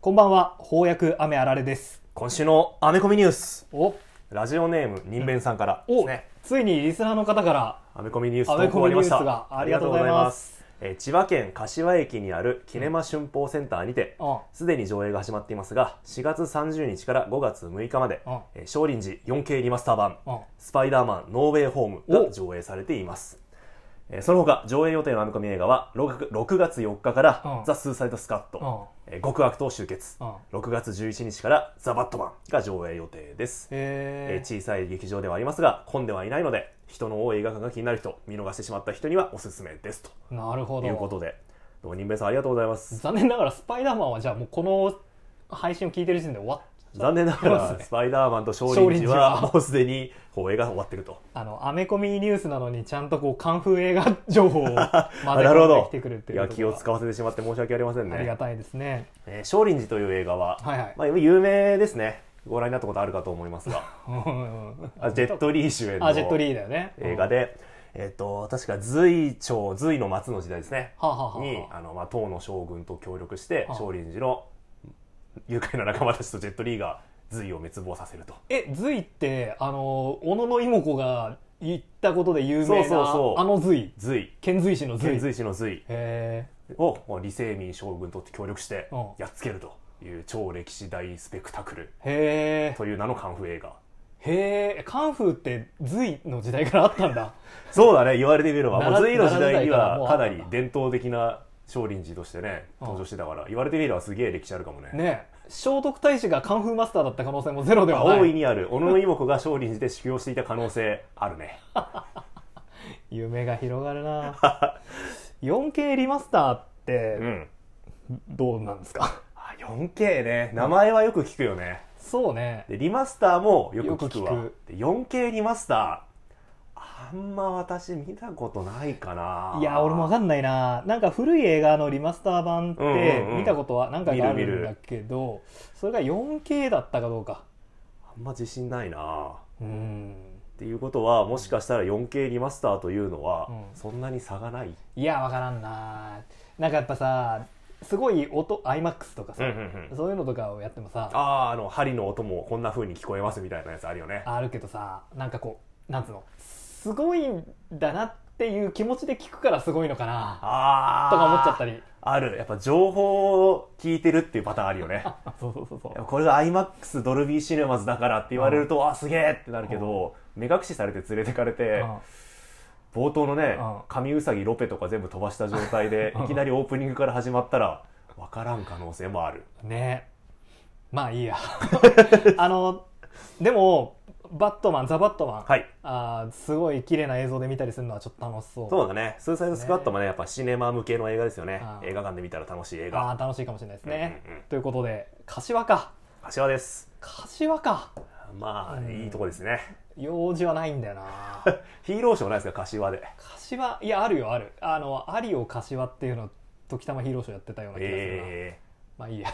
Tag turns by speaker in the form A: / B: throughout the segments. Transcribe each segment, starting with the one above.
A: こんばんは、翻訳雨あられです。
B: 今週のアメコミニュース
A: お、
B: ラジオネーム人弁さんからで
A: お、
B: すね
A: ついにリスナーの方から
B: アメコミニュース
A: アメ
B: 投
A: コ
B: 稿あ
A: ミ
B: り
A: ニュ
B: ま
A: ース
B: した
A: がありがとうございます。
B: ありがとうございますえー千葉県柏駅にあるキネマ春報センターにて
A: うん
B: すでに上映が始まっていますが4月30日から5月6日まで
A: うん
B: えー少林寺 4K リマスター版
A: うん
B: スパイダーマンノーウェイホームが上映されていますえーその他上映予定のアメコミ映画は 6, 6月4日から、
A: うん
B: ザ・スーサイド・スカット、
A: うん
B: えー極悪党集結、
A: うん
B: 6月11日からザ・バットマンが上映予定です、え
A: え
B: ー
A: ー
B: 小さい劇場ではありますが混んではいないので人の多い映画館が気になる人見逃してしまった人にはおすすめです
A: なるほ
B: というこ
A: ど。
B: とでどうも任兵衛さんありがとうございます
A: 残念ながらスパイダーマンはじゃあもうこの配信を聞いてる時点で終わっ
B: 残念なが
A: そう
B: ら
A: ですね
B: スパイダーマンと少林
A: 少
B: 寺
A: 林寺は
B: はもうすでに放映が終わってると
A: あの、アメコミニュースなのにちゃんとこう、カンフー映画情報を混ぜ
B: あ
A: 込んできてくるって
B: い
A: いう
B: や
A: とこ
B: 気
A: ろ
B: を
A: が
B: 使わせてしまって申し訳ありません
A: あり
B: ね
A: がたいですね。
B: えー少林寺という映画は、
A: はいはい
B: まあ、有名ですねご覧になったことあるかと思いま すがあジェットリー主演の
A: あ、ジェットリーだよね。
B: 映画
A: で。
B: で、えっと確か隋朝隋の末の時代ですね、
A: はあはあはあはあ
B: にあの、まあ、唐の将軍と協力して、
A: はあ
B: 少林寺の愉快な仲間たちとジェットリーが隋を滅亡させると
A: え、隋って、あの、小野の妹子が言ったことで有名な、
B: そうそうそう
A: あの隋、
B: 隋
A: 遣隋使の隋。
B: 遣
A: へ
B: 隋使の隋
A: え。
B: をもう李世民将軍と協力して
A: うん
B: やっつけるという超歴史大スペクタクル
A: へ
B: という名のカンフー映画
A: え。へえ。カンフーって隋の時代からあったん だ。
B: そうだね言われてみればもう
A: 奈
B: 隋
A: 良
B: の時代
A: 奈良時
B: に
A: 代からも
B: は
A: うあ
B: か
A: った
B: なり伝統的な少林寺としてね登場してたから言われてみればすげえ歴史あるかもね
A: ねえ聖徳太子がカンフーマスターだった可能性もゼロではな
B: 大い
A: い。
B: にある小野妹子が少林寺で修行していた可能性あるね
A: 夢が広がるな 4K リマスターって
B: ん
A: どうなんですか、
B: あ 4K ね名前はよく聞くよね
A: そうね。
B: でリマスターもよく聞くわ
A: よく
B: で 4K リマスターあんま私見たことないかない
A: いや俺もわ
B: か
A: かんないななんか古い映画のリマスター版っ
B: うん
A: て
B: うんうん
A: 見たことは何回かあ
B: 見る
A: るん
B: 見る
A: だけど、それが 4K だったかどうか
B: あんま自信ないな
A: うん
B: っていうことはもしかしたら 4K リマスターというのは、
A: うん
B: そんなに差がない
A: いやわからんななんかやっぱさすごい音 iMAX とかさ、そういうのとかをやってもさあ
B: ああーあの針の音もこんな風に聞こえますみたいなやつあるよね
A: るけどさなんかこうなんつうのすごいんだなっていう気持ちで聞くからすごいのかな
B: ああ
A: とか思っちゃったり
B: あるやっぱ情報を聞いてるっていうパターンあるよね
A: あ そうそうそうそ
B: これが IMAX ドルビーシネマズだからって言われると、あすげえってなるけど、目隠しされて連れてかれて、
A: う
B: 冒頭のね
A: うん
B: 神うさぎロペとか全部飛ばした状態で、いきなりオープニングから始まったら分からん可能性もある
A: んねまあいい やあのでもバットマンザ・バットマン、
B: はい
A: あーすごい綺麗な映像で見たりするのはちょっと楽しそう
B: そうだね「スーサイドスクワット」もねやっぱシネマ向けの映画ですよね
A: ああ
B: 映画館で見たら楽しい映
A: あ
B: 画
A: ー楽しいかもしれないですね、
B: うんうんうん
A: ということで柏か
B: 柏です
A: 柏か
B: まあ、
A: うん
B: いいとこですね
A: 用事はないんだよな
B: ヒーローショーないですか柏で
A: 柏いやあるよあるあの「アリオ柏」っていうのを時たまヒーローショーやってたような気がするな、
B: え
A: まあいい や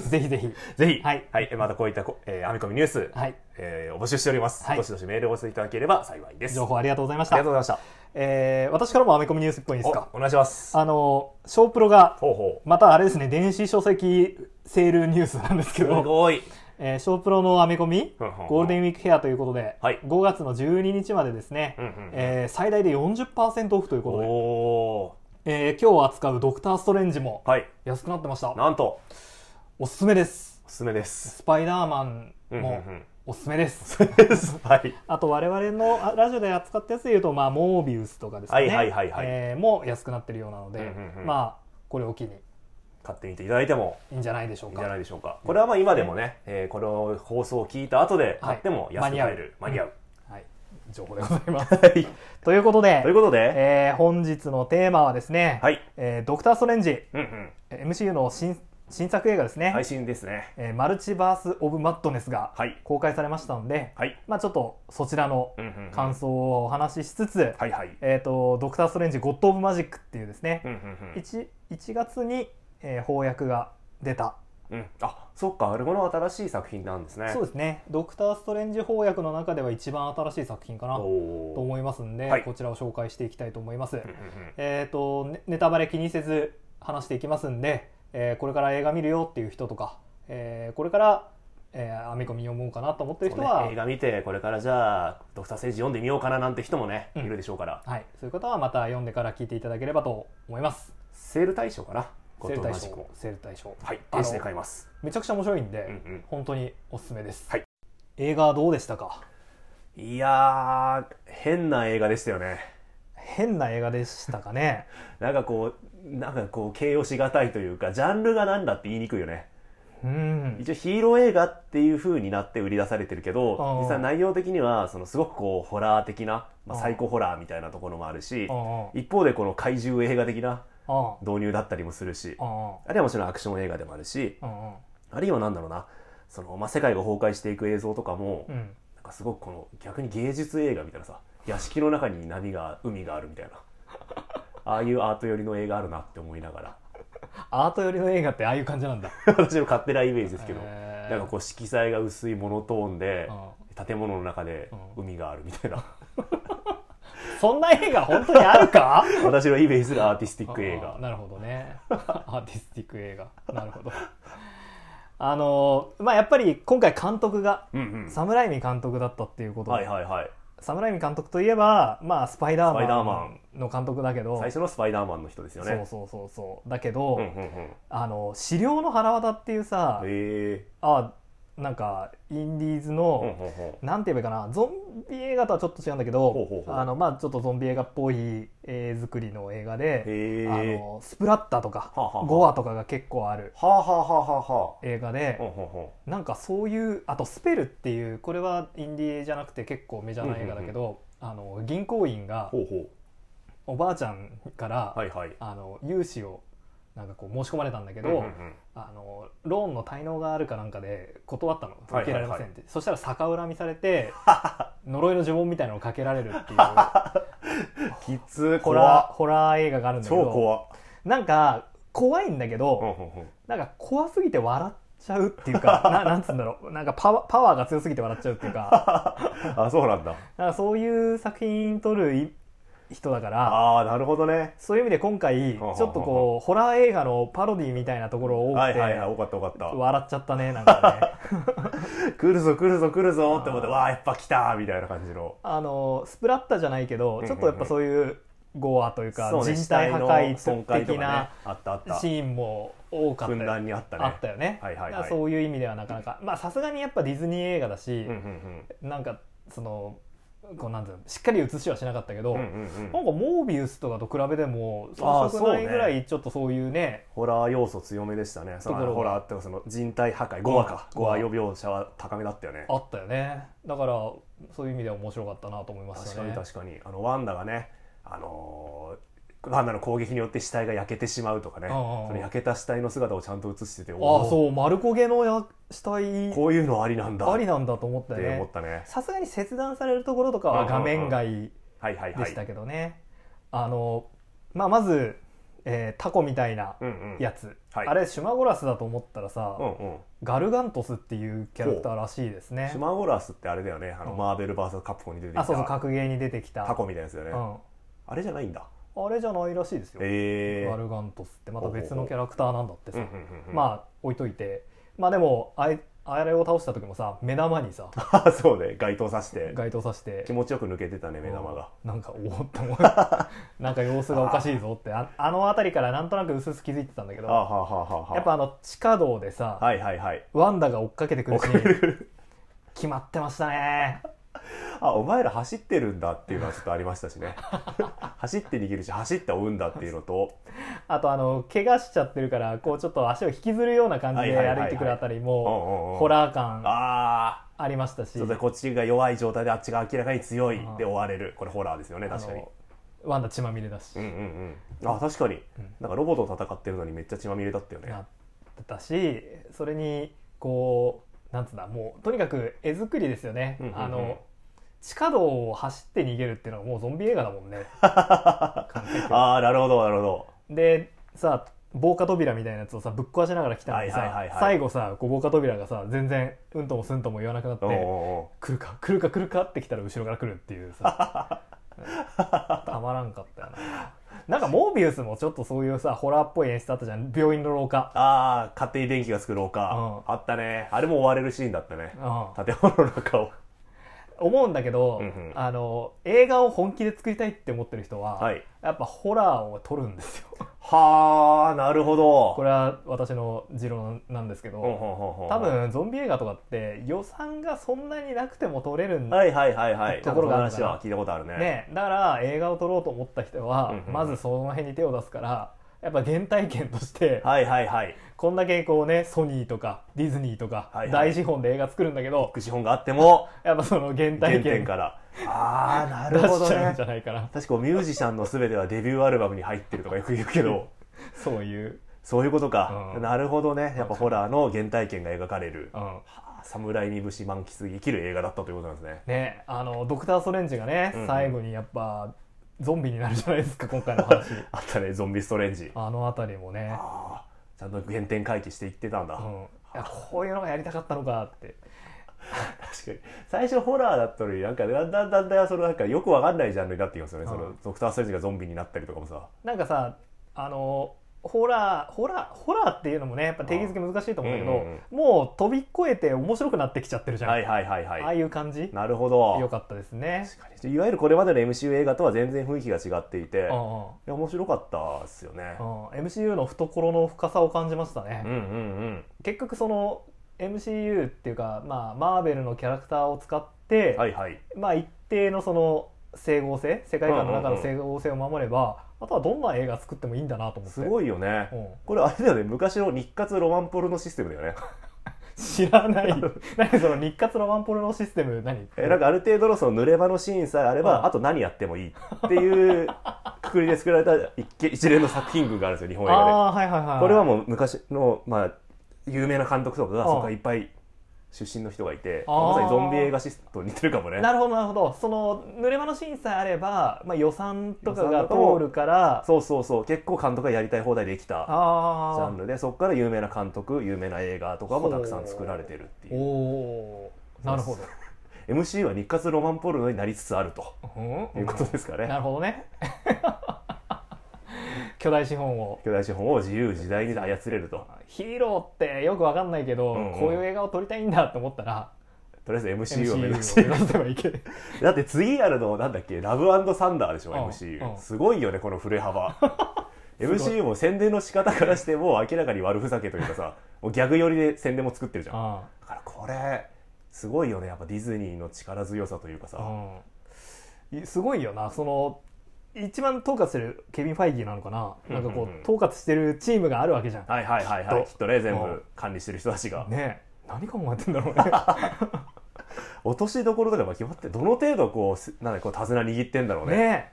A: ぜひぜひ
B: ー、ぜひ、
A: はい
B: はい、またこういったこ、えー、編み込みニュース、
A: はい
B: えー、お募集しております、
A: はい
B: どしどしメールをお寄せいただければ幸いです
A: 情報ありがとうございまし
B: あ
A: た
B: りがとうございました
A: えー私からもアメコミニュースっぽいんですか
B: おお願いします
A: あのショープロが
B: ほうほう
A: またあれですね電子書籍セールニュースなんですけ
B: す
A: ど
B: ごい
A: えー、ショープロのアメコミ、
B: うんうんうん
A: ゴールデンウィークフェアということで、
B: はい
A: 5月の12日までですね、
B: うんうんうん
A: えー最大で40%オフという
B: お
A: ことで、
B: お
A: えー今日扱うドクター・ストレンジも
B: ーはい
A: 安くなってました。
B: なんと
A: おすすめです。
B: おすすめです
A: スパイダーマンも
B: うんうんうん
A: おすすめです。
B: はい
A: あと我々のあラジオで扱ったやつで言うと、まあ、モービウスとかですかね、
B: はいはいはいはい
A: えーも安くなってるようなので、
B: うんうんうん
A: まあ、これを機に
B: 買ってみていただいても
A: いいんじゃないでしょ
B: いういんじゃ
A: か。
B: ないでしょうかこれはまあ今でもね、えー、この放送を聞いた後で買っても
A: はい
B: 安く買える、
A: 間
B: 間
A: に
B: に
A: 合
B: 合
A: う
B: う
A: はい、情報でございます。
B: はい
A: ということで、
B: ということで、
A: えー本日のテーマはですね、
B: はい
A: えードクター・ストレンジ、
B: うんうん、
A: えー MCU の新新作映画ですね、
B: 配信ですね
A: えーマルチバース・オブ・マッドネスが
B: はい
A: 公開されましたので、
B: はい
A: まあ、ちょっとそちらの
B: うんうんうん
A: 感想をお話ししつつ、
B: はいはい
A: えー、とドクター・ストレンジ・ゴッド・オブ・マジックっていうですね、
B: うんうんうん
A: 1, 1月に、えー翻訳が出た、
B: うん、あそっかあれこの新しい作品なんですね
A: そうですねドクター・ストレンジ翻訳の中では一番新しい作品かなと
B: おお
A: 思いますんで、
B: はい
A: こちらを紹介していきたいと思います。
B: うんうんうん
A: えー、とネネタバレ気にせず話していきますんで、えーこれから映画見るよっていう人とか、えーこれから、えー、編み込み読もうかなと思ってる人は、
B: そうね映画見てこれからじゃあ「ドクター・セージ」読んでみようかななんて人もね、
A: うん
B: いるでしょうから
A: はい、そういう方はまた読んでから聞いていただければと思います。
B: セール対象かな
A: セール対
B: ゴッドマジック
A: 象
B: も、
A: セール対象。
B: はい
A: あ
B: ペ
A: の
B: ージで買います
A: めちゃくちゃ面白いんで、
B: うんうん
A: 本当におすすめです。
B: はい
A: 映画どうでしたか
B: いやー変な映画でしたよね
A: 変な映画でしたか ね
B: なんかこうなんかこう形容しがたいというかジャンルがなんだって言いにくいよね
A: うん。
B: 一応ヒーロー映画っていう風になって売り出されてるけど
A: あー
B: 実は内容的にはそのすごくこうホラー的な、まあ、
A: あー
B: サイコホラーみたいなところもあるし
A: あ
B: 一方でこの怪獣映画的な
A: あ、ああ、
B: 導入だったりもするし
A: あ
B: あるいはもちろんアクション映画でもあるし
A: あ、あ
B: あるいはなんだろうなその、まあ、世界が崩壊していく映像とかも、
A: あ、うん。
B: なんかすごくこの逆に芸術映画みたいなさ屋敷の中に波が海があるみた いなああいうアート寄りの映画あるなって思いながら
A: アート寄りの映画ってああいう感じなんだ。
B: 私の勝手なイメージですけど、
A: へー
B: なんかこう色彩が薄いモノトーンで建物の中で
A: う
B: 海があるみたいな
A: そんな映画本当にあるか
B: 私のイメージするアーティスティック映
A: ああ
B: 画
A: なるほどね。 アーティスティック映画。なるほど。あのまあやっぱり今回監督が、
B: うんうん
A: サムライミ監督だったっていうことで、
B: はいはいはい
A: サムライミ監督といえば、まあ、スパイダ
B: スパイダ
A: ー
B: ーマ
A: マンの監督だけど、
B: 最初のスパイダーマンの人ですよね
A: そうそうそうそうだけど、
B: うんうんうんへ
A: あの「資料の腹渡」っていうさ、
B: え
A: あなんかインディーズの、
B: うんうんうん
A: なんて言えばいいかなゾンビ映画とはちょっと違うんだけど
B: ほうほうほう
A: あのまあちょっとゾンビ映画っぽい絵作りの映画で、
B: へえ
A: あのスプラッタとか、
B: はあはあはあ
A: ゴアとかが結構ある
B: はあはあはあはあはあ
A: 映画で、
B: ほうほうほ
A: なんかそういうあと「スペル」っていうこれはインディーじゃなくて結構メジャーな映画だけど、あの銀行員が
B: うほうほ
A: おばあちゃんから、
B: うはいはい
A: あの融資をなんかこう申し込まれたんだけど、
B: うんうんうん
A: あのローンの滞納があるかなんかで断ったの
B: はいはいはい
A: 受けられませんって、そしたら逆恨みされ て呪いの呪文みたいなのをかけられるっていう
B: きつ
A: ホ
B: 怖
A: ラーホラー映画があるんだけ
B: 超
A: ど
B: 怖
A: なんか怖いんだけど、なんか怖すぎて笑っちゃうっていうか ななんつうんだろうなんかパワーパワーが強すぎて笑っちゃうっていう か
B: あそうなんだ
A: なんかそういう作品撮るい人だから
B: ああなるほどね
A: そういう意味で今回ちょっとこうホラー映画のパロディみたいなところを多
B: は
A: く
B: い
A: て
B: はいはい多かった多かっ
A: 笑っちゃったねなんかね。
B: た来るぞ来るぞ来るぞって思って
A: あー
B: わあやっぱ来たみたいな感じの
A: あのスプラッタじゃないけど、
B: うんうん
A: ちょっとやっぱそういうゴアというか、
B: そうね
A: 人体破
B: 死体の
A: 壊
B: 損壊と
A: 的
B: かね
A: な
B: あったあった
A: シーンも多かった
B: ふ
A: よ
B: んだんにあったね
A: あったよね、
B: はいはいはい
A: だからそういう意味ではなかなかまあさすがにやっぱディズニー映画だし
B: うん、うん
A: なんかそのこうなんていうのしっかり映しはしなかったけど、
B: うんうんうんう
A: なんんかモービウスとかと比べても
B: あ
A: 遜
B: ー
A: 色ないぐら
B: そう
A: いちょっとそういうね
B: ホラー要素強めでしたねそ
A: とこ
B: の
A: ろが
B: ホラーってかその人体破壊ゴアか
A: ゴ
B: ゴ
A: ア
B: ア予描写は高めだったよね
A: あったよねだからそういう意味では面白かったなと思いまし
B: 確
A: た
B: か
A: ね
B: に確かにあのワンダがねあのーワンダの攻撃によって死体が焼けてしまうとかね
A: うんうんうん
B: その焼けた死体の姿をちゃんと映しててあ
A: ああそう丸焦げのや死体
B: こういうのありなんだ
A: あり
B: っ
A: なんだと思った
B: て
A: よね
B: 思ったね
A: さすがに切断されるところとかは画面外
B: はいはいはい
A: でしたけどね、あの、まあ、まず、えータコみたいな
B: うんうん
A: やつ、
B: はい
A: あれシュマゴラスだと思ったらさ、
B: うんうん
A: ガルガントスっていうキャラクターらしいですね
B: シュマゴラスってあれだよねあの、
A: うん
B: マーベル VS カプコンに出てきた
A: あそうそう格ゲーに出てきた
B: タコみたいなやつだよね、
A: う
B: あれじゃないんだ
A: ん、あれじゃないらしいですよ、
B: ええ
A: ガルガントスってまた別のキャラクターなんだってさ、
B: ま
A: まあ置いといてまあでもあいあれを倒した時もさ目玉にさ
B: あ そうね街灯さして
A: 街灯さして
B: 気持ちよく抜けてたね目玉が
A: なんかおお って思うなんか様子がおかしいぞってああの辺りからなんとなく薄々気づいてたんだけど
B: あははははは
A: やっぱあの地下道でさ、
B: はいはいはい
A: ワンダが追っかけてくる
B: 追っ
A: し
B: かけてくる
A: 決まってましたね
B: あお前ら走ってるんだっていうのはちょっとありましたしね 走って逃げるし走って追うんだっていうのと
A: あとあの怪我しちゃってるからこうちょっと足を引きずるような感じ
B: はい
A: で
B: はいはいは
A: 歩
B: い
A: いてくるあたり
B: うんうんう
A: も
B: ん
A: ホラー感
B: ああ
A: ありましたし
B: それでこっちが弱い状態であっちが明らかに強い
A: うん
B: で追われるこれホラーですよね
A: あの
B: 確かに
A: ワンダ血まみれだし、
B: うんうんうんあ確かに
A: うん
B: なんかロボと戦ってるのにめっちゃ血まみれだったよね
A: なってたしそれにこうなんつうんだもうとにかく絵作りですよね、
B: うんうんうん
A: あの地下道を走って逃げるっていうのはもうゾンビ映画だも んね完璧
B: ああなるほどなるほど
A: でさ防火扉みたいなやつをさぶっ壊しながら来たのにさ、
B: はいはいはいはい
A: 最後さこう防火扉がさ全然うんともすんとも言わなくなって
B: おうおうお
A: 来るか来る か来るかって来たら後ろから来るっていうさうんたまらんかったよな
B: う
A: なんかモービウスもちょっとそういうさホラーっぽい演出あったじゃん病院の廊下
B: ああ、勝手に電気がつく廊下。あったね。あれも追われるシーンだったね。
A: う
B: 建物の中を。
A: 思うんだけど、
B: うんうん
A: あの映画を本気で作りたいって思ってる人は、
B: はい
A: やっぱホラーを撮るんです よ
B: はあ、なるほど。
A: これは私の持論なんですけど、
B: ほんほんほんほん
A: 多分ゾンビ映画とかって予算がそんなになくても撮れるんだ、
B: はいはいはいはい。
A: ところがある
B: なん
A: かな
B: かその話は聞いたことあるね。
A: ね、だから映画を撮ろうと思った人は、
B: うんうん
A: まずその辺に手を出すからやっぱ原体験として
B: はいはいはい。
A: こんだけこうねソニーとかディズニーとか
B: はいはい
A: 大資本で映画作るんだけど、
B: 福祉本があっても、
A: やっぱその原
B: 原
A: 体
B: 点
A: 験
B: から。ああ、な
A: 出
B: るほ
A: し
B: ど
A: ちゃうん
B: ね
A: じ。ゃないかな
B: 確かミュージシャンのすべてはデビューアルバムに入ってるとかよく言うけど、
A: そういう、
B: そういうことか。
A: うん
B: なるほどね。やっぱホラーの原体験が描かれる。
A: うん、
B: はあ侍に節満喫生きる映画だったということなんですね。
A: ねあのドクター・ストレンジがね、
B: うんうん
A: 最後にやっぱゾンビになるじゃないですか今回の 話
B: あったね、ゾンビストレンジ。
A: あの辺りもね、
B: ああ、ちゃんと原点回帰していってたんだ。
A: うん、いやこういうのがやりたかったのかって
B: 確かに最初ホラーだったのになんかだんだんだんだんそのなんかよくわかんないジャンルになってきますよね、
A: うん
B: そのドクター・ストレンジがゾンビになったりとかもさ
A: なんかさあのホラーホラーホラーっていうのもねやっぱ定義づけ難しいと思うんだけど、
B: うんうんうん
A: もう飛び越えて面白くなってきちゃってるじゃん、
B: はいはいはいはい、
A: ああいう感じ
B: なるほど
A: よかったですね
B: 確かにいわゆるこれまでの MCU 映画とは全然雰囲気が違ってい
A: う
B: て、い
A: ん
B: や
A: うん
B: 面白かったですよね
A: う、ん MCU の懐の深さを感じましたね、
B: うん、うんうん
A: 結局その MCU っていうか、まあ、マーベルのキャラクターを使って、
B: はいはい
A: まあ、一定のその整合性世界観の中の整合性を守れば、あとはどんな映画作ってもいいんだなと思って
B: すごいよね、
A: うん
B: これあれだよね昔の日活ロマンポルノシステムだ よね
A: 知らない 何その日活ロマンポルノシステム何
B: えなんかある程度のその濡れ場のシーンさえあれば、
A: うん
B: あと何やってもいいっていう くくりで作られた一け一連の作品群があるんですよ日本映画で
A: ああーはいはいはい
B: これはもう昔の、まあ、有名な監督とかが
A: ああ
B: そこからいっぱい出身の人がいて
A: ああ
B: まさにゾンビ映画シスと似てるかもね
A: なるほどなるほどその濡れ場の審査あれば、まあ、予算とかが
B: 予算と
A: 通るから
B: そうそうそう結構監督がやりたい放題できたジャ
A: あ
B: ンルでそこから有名な監督有名な映画とかもたくさん作られてるって
A: あお
B: いう
A: おーなるほど、
B: MC は日活ロマンポルノになりつつあると
A: う
B: い
A: ん
B: うことですか
A: な
B: ね
A: るほどね 巨大資本を
B: 巨大資本を自由自在に操れると
A: ヒーローってよくわかんないけど、
B: うんうん
A: こういう映画を撮りたいんだと思ったら
B: とりあえず
A: MCU
B: MCU
A: を
B: を
A: 目
B: 目
A: 指
B: 指
A: し
B: して
A: てはいけない
B: だって次あるのなんだっけラブサンダーでしょ
A: うんう
B: MCU
A: ん
B: すごいよねこの振れ 幅
A: すご
B: MCU も宣伝の仕方からしてもう明らかに悪ふざけというかさもうギャグ寄りで宣伝も作ってるじゃんだ
A: あ
B: からこれすごいよねやっぱディズニーの力強さというかさ、
A: あ、うん、いすごいよなその一番統括してるケビン・ファイギーなのかな、
B: うんうん
A: なんかこう統括してるチームがあるわけじゃん、
B: はいはいはいはい
A: き
B: き
A: っ
B: っとね全
A: うん
B: 部管理してる人たちが、
A: ねえ何考えてんだろうね
B: 落としどころとかも決まってどの程度こうすなんだこう手綱握ってんだろうね
A: ねえ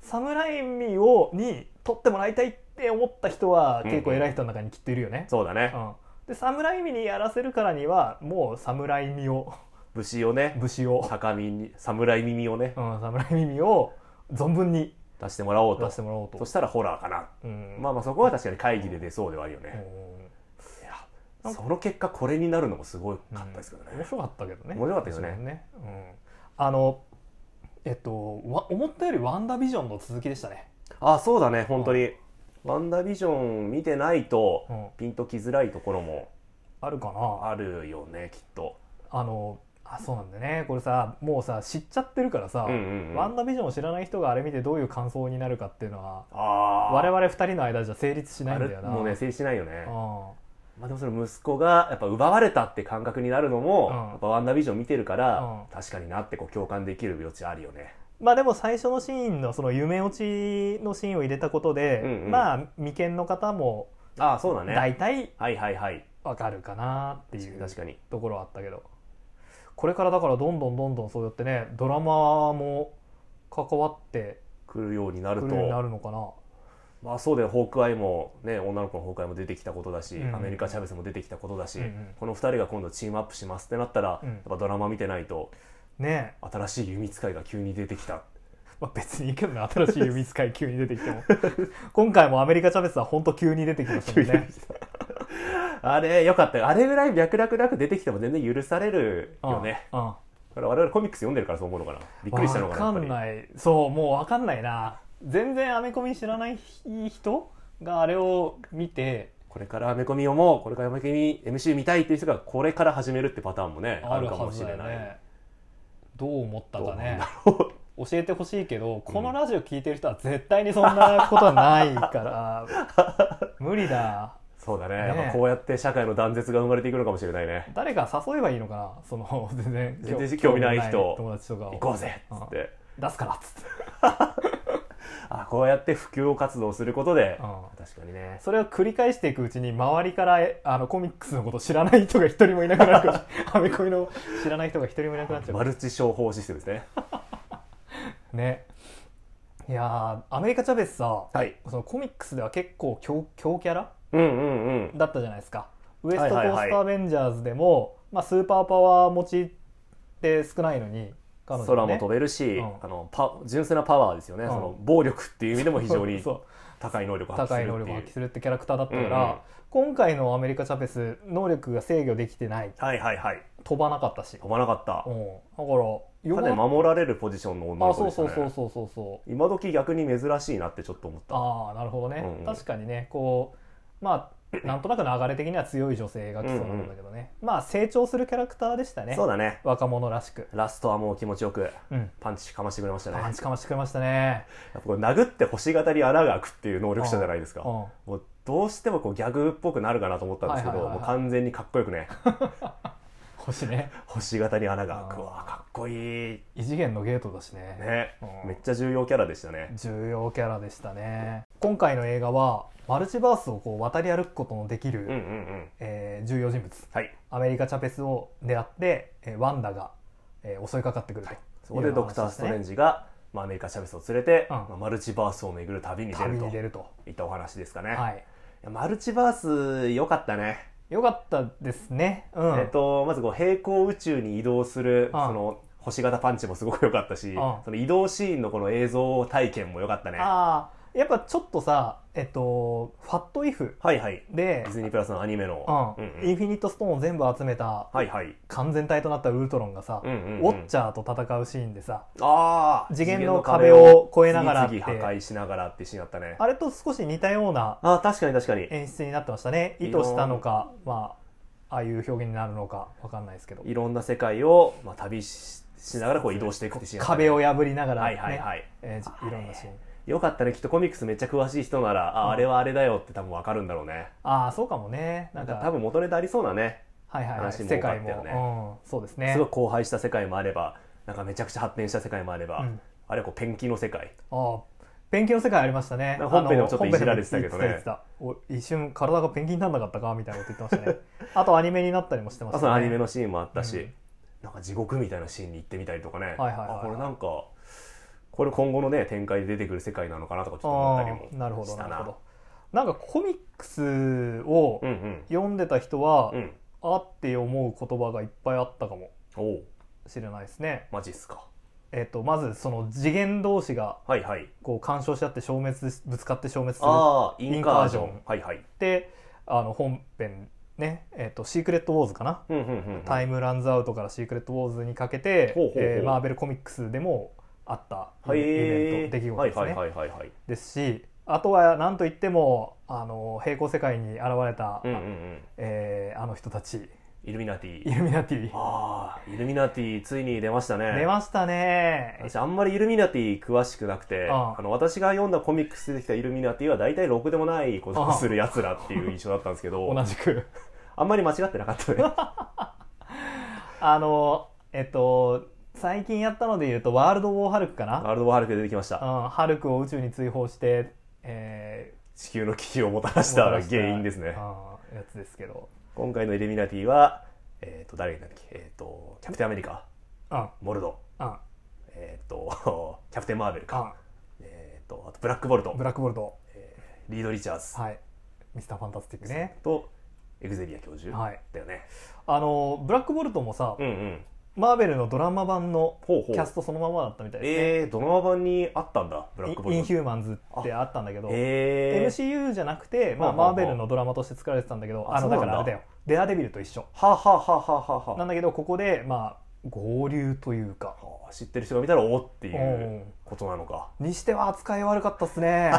A: サムライミをに撮ってもらいたいって思った人は
B: うん
A: 結構偉い人の中にきっといるよね、
B: そうだね
A: う、んでサムライミにやらせるからにはもうサムライミを
B: 武士をね
A: 武士を、
B: 高みに侍耳をね
A: うん、サムライミを存分に
B: 出してもらおう
A: 出
B: と
A: してもらおうと
B: そしたらホラーかな
A: うん
B: まあまあそこは確かに会議で出そうではあるよね、
A: う
B: いやその結果これになるのもすごかったですけど
A: ん面
B: ね、
A: 白かったけどね
B: 面白かったですね
A: もちろんうん、あのえっとわ思ったよりワンダービジョンの続きでしたね、
B: あそうだね本当に、ワンダービジョン見てないと
A: うん、
B: ピンときづらいところも
A: あるかな
B: あるよねきっと、
A: あのあそうなんだねこれさもうさ知っちゃってるからさ、
B: うんうんうん
A: ワンダービジョンを知らない人があれ見てどういう感想になるかっていうのは
B: ああ
A: 我々二人の間じゃ成立しないんだよな
B: もうね成立しないよね
A: う、ん
B: まあ、でもその息子がやっぱ奪われたって感覚になるのも、
A: うん
B: やっぱワンダービジョン見てるから、
A: う
B: 確かになってこう共感できる余地あるよね
A: まあでも最初のシーンのその夢落ちのシーンを入れたことで、
B: うんうん
A: まあ未見の方も
B: ああそうだね
A: 大体
B: はいはいはい
A: わかるかなっていう
B: 確かに
A: ところはあったけどこれからだからどんどんどんどんそうやってねドラマも関わって
B: 来るようになる
A: く
B: と
A: るようになるのかな
B: まあそうだよ、ホークアイも、ね、女の子のホークアイも出てきたことだし、
A: うん
B: アメリカ・チャベスも出てきたことだし、
A: うんうん
B: この2人が今度チームアップしますってなったら、
A: うん
B: やっぱドラマ見てないと、
A: ね
B: 新しい弓使いが急に出てきた。
A: え、まあ、別にいいけどね新しい弓使い急に出てきて も今回もアメリカ・チャベスは本当急に出てきましたもんね
B: あれ、よかったよ。あれぐらい脈絡なく出てきても全然許されるよね。
A: うんうん
B: だから我々コミックス読んでるからそう思うのかな。びっくりしたのかな、
A: わかん
B: やっぱ
A: ないそうもうわかんないな全然アメコミ知らない人があれを見て
B: これからアメコミをもうこれからアメコミ MC 見たいっていう人がこれから始めるってパターンもねあ
A: あ
B: る
A: る
B: か
A: は
B: も
A: ず
B: し
A: だ
B: れ
A: よ
B: ない、
A: ねどう思った
B: どうな
A: か
B: ん
A: ね
B: だろう
A: 教えてほしいけどこのラジオ聞いてる人は絶対にそんなことはないから 無理だ
B: そうだね
A: ね
B: やっぱこうやって社会の断絶が生まれていくのかもしれないね
A: 誰か誘えばいいのかなその全然
B: 全然興味ない人
A: 友達とかを
B: 行こうぜっつって、
A: 出すからっつって
B: あこうやって普及活動をすることで、
A: う
B: 確かにね
A: それを繰り返していくうちに周りからえあのコミックスのことを知らない人が一人もいなくなる かもしれないアメコミの知らない人が一人もいなくなっちゃ
B: マルチ商法システムですね
A: うねいやーアメリカ・チャベスさ
B: はい
A: そのコミックスでは結構強強キャラ
B: うんうんうん
A: だったじゃないですかウエストコ
B: はいは
A: ー
B: いはい
A: ストアベンジャーズでも、まあ、スーパーパワー持ちって少ないのに彼女
B: 空
A: はね
B: も飛べるし、
A: うん
B: あのパ純粋なパワーですよね、
A: うん
B: その暴力っていう意味でも非常に
A: そう
B: 高い能力を発
A: 高
B: 揮す
A: い
B: る
A: 能力を
B: っていう
A: 発揮するってキャラクターだったから、
B: うんうん
A: 今回のアメリカ・チャペス能力が制御できてない
B: はいはいはい
A: 飛ばなかったし、
B: 飛ばなかった
A: うん、だからよ
B: かなり守られるポジションの女の
A: あ
B: 子
A: そう
B: でした
A: そう
B: ね
A: そうそうそうそう
B: 今時逆に珍しいなってちょっと思った
A: ああなるほどね、
B: うんうん
A: 確かにねこうまあなんとなく流れ的には強い女性が来そうなんだけどね、まあ成長するキャラクターでしたね
B: そうだね
A: 若者らしく、
B: ラストはもう気持ちよく
A: うん、
B: パンチかましてくれましたね
A: パンチかましてくれましたね
B: やっぱこう殴って星型に穴が開くっていう能力者じゃないですか
A: うんうん
B: もうどうしてもこうギャグっぽくなるかなと思ったんですけど、
A: はいはいはいはい
B: もう完全にかっこよくね
A: 星ね
B: 星型に穴が開く
A: うん
B: わかっこいいね
A: 異次元のゲートだしねうん
B: めっちゃ重要キャラでしたね
A: 重要キャラでしたね今回の映画はマルチバースをこう渡り歩くことのできる、
B: うんうんうん
A: えー重要人物
B: はい
A: アメリカ・チャペスを狙って、えーワンダが、えー襲いかかってくると、
B: そこでドクター・ストレン
A: ジ
B: ジが、まあ、アメリカ・チャベスを連れて、
A: うん
B: まあマルチバースを巡る旅に出
A: 旅
B: ると
A: に出ると、
B: いったお話ですかね、
A: はいい、
B: やマルチバース良かったね
A: よかったですねうん、
B: えっと、まずこう平行宇宙に移動する、
A: ああ
B: その星型パンチもすごく良かったし、
A: ああ
B: その移動シーンのこの映像体験も良かったね。は
A: ああやっぱちょっとさえっとファットイフ
B: いはい。デ
A: で
B: ィ、ズニープラスのアニメの。
A: うん
B: うんうん
A: インフィニットストーンを全部集めた
B: はいはい。
A: 完全体となったウルトロンがさ、
B: うんうんうん
A: ウォッチャーと戦うシーンでさ
B: ああ
A: 次元の壁を越えながらって
B: 次々破壊しながらってシーンあったね。
A: あれと少し似たような
B: ああ、確かに確かに。
A: 演出になってましたね意図したのかまあああいう表現になるのかわかんないですけど
B: いろんな世界を、まあ、旅ししながらこう移動していくってシーンあったね、
A: 壁を破りながら、
B: はい
A: ね
B: はいはい。
A: えーじいろんなシーン
B: よかったね。きっとコミックスめっちゃ詳しい人なら、あああれはあれだよって多分わかるんだろうね。
A: ああそうかもねな
B: なん
A: ん
B: か
A: か
B: 多分元ネタありそうなね。
A: はいはい、はい、
B: 話も
A: 世
B: 多か
A: 界
B: ったよね
A: も、うん、そうですね
B: すごい荒廃した世界もあればなんかめちゃくちゃ発展した世界もあれば、
A: うん
B: あれはこうペンキの世界
A: ああペンキの世界ありましたね
B: なんか本編でも
A: あの
B: ちょっといじられてたけどね
A: 本編でも言ってた言ってたお一瞬体がペンキにならなかったかみたいなこと言ってましたね あとアニメになったりもしてま
B: まあ
A: し
B: そ
A: た
B: の
A: ね
B: アニメのシーンもあったし、
A: うん
B: なんか地獄みたいなシーンに行ってみたりとかね、
A: はいはいはいはい
B: あこれなんかこれ今後のね展開で出てくる世界なのかなとかちょっと思ったり
A: ああなる
B: も
A: ほど
B: した
A: な
B: な
A: るほどなんかコミックスを
B: うんうん
A: 読んでた人は、
B: うん
A: あって思う言葉がいっぱいあったかも
B: おお
A: しれないですね。
B: マジっすか
A: えっとまずその次元同士が
B: はいはい
A: こう干渉し合って消滅しぶつかって消滅するっ
B: ああインカージョン
A: インカージョン
B: はいはい
A: てあの本編ねえっとシークレットウォーズかな、
B: うんうんうんうん
A: タイムランズアウトからシークレットウォーズにかけて
B: ほうほうほう
A: えーマーベルコミックスでもあったイ
B: はい
A: ベント出来事です
B: はい
A: ね
B: はいはいはいはい
A: ですしあとは何といってもあの平行世界に現れた、
B: うんうんうん
A: えーあの人たち
B: イルミナティ
A: イルミナティ
B: ああイルミナティついに出ましたね
A: 出ましたね
B: 私あんまりイルミナティ詳しくなくて
A: あ
B: あ
A: あ
B: の私が読んだコミックスできたイルミナティは大体ろくでもないことをするやつらっていう印象だったんですけど
A: 同じく
B: あんまり間違ってな かったね
A: あのえっと最近やったので言うと「ワールド・ウォー・ハルク」か
B: ワ
A: な、
B: ールド・ワールクで出てきました
A: うん、ハルクを宇宙に追放して、え
B: 地球の危機をもたら
A: ー
B: した原因ですね
A: うんやつですけど、
B: 今回のイルミナティはえっ、と誰だっけえっ、とキャプテンアメリカ
A: うんうん
B: モルド
A: うん
B: えっ、と キャプテンマーベルかえっ、とあとブラックボルト
A: ブラックボルト
B: リード・リチャーズ、
A: はいミスター・ファンタスティックね
B: とエグゼリア教授、
A: はい
B: だよね
A: あのブラックボルトもさ、
B: うんうん
A: マーベルのドラマ版の
B: ほうほ
A: キ
B: う
A: ャストそのままだったみたいですね、
B: えー、ドラマ版にあったんだブラックボル
A: イ
B: ト
A: ンヒューマンズってあったんだけど、
B: えー、
A: MCU じゃなくて、まあ、
B: ほうほう
A: マ
B: ほう
A: ーベルのドラマとして作られてたんだけどあ
B: あそ
A: の
B: う
A: だ
B: なんだ
A: からあれだよ「デアデビル」と一緒
B: はははははは
A: なんだけどここでまあ合流というか
B: あー知ってる人が見たらおーってい
A: お
B: う
A: う
B: ことなのか
A: にしては扱い悪かったっす ね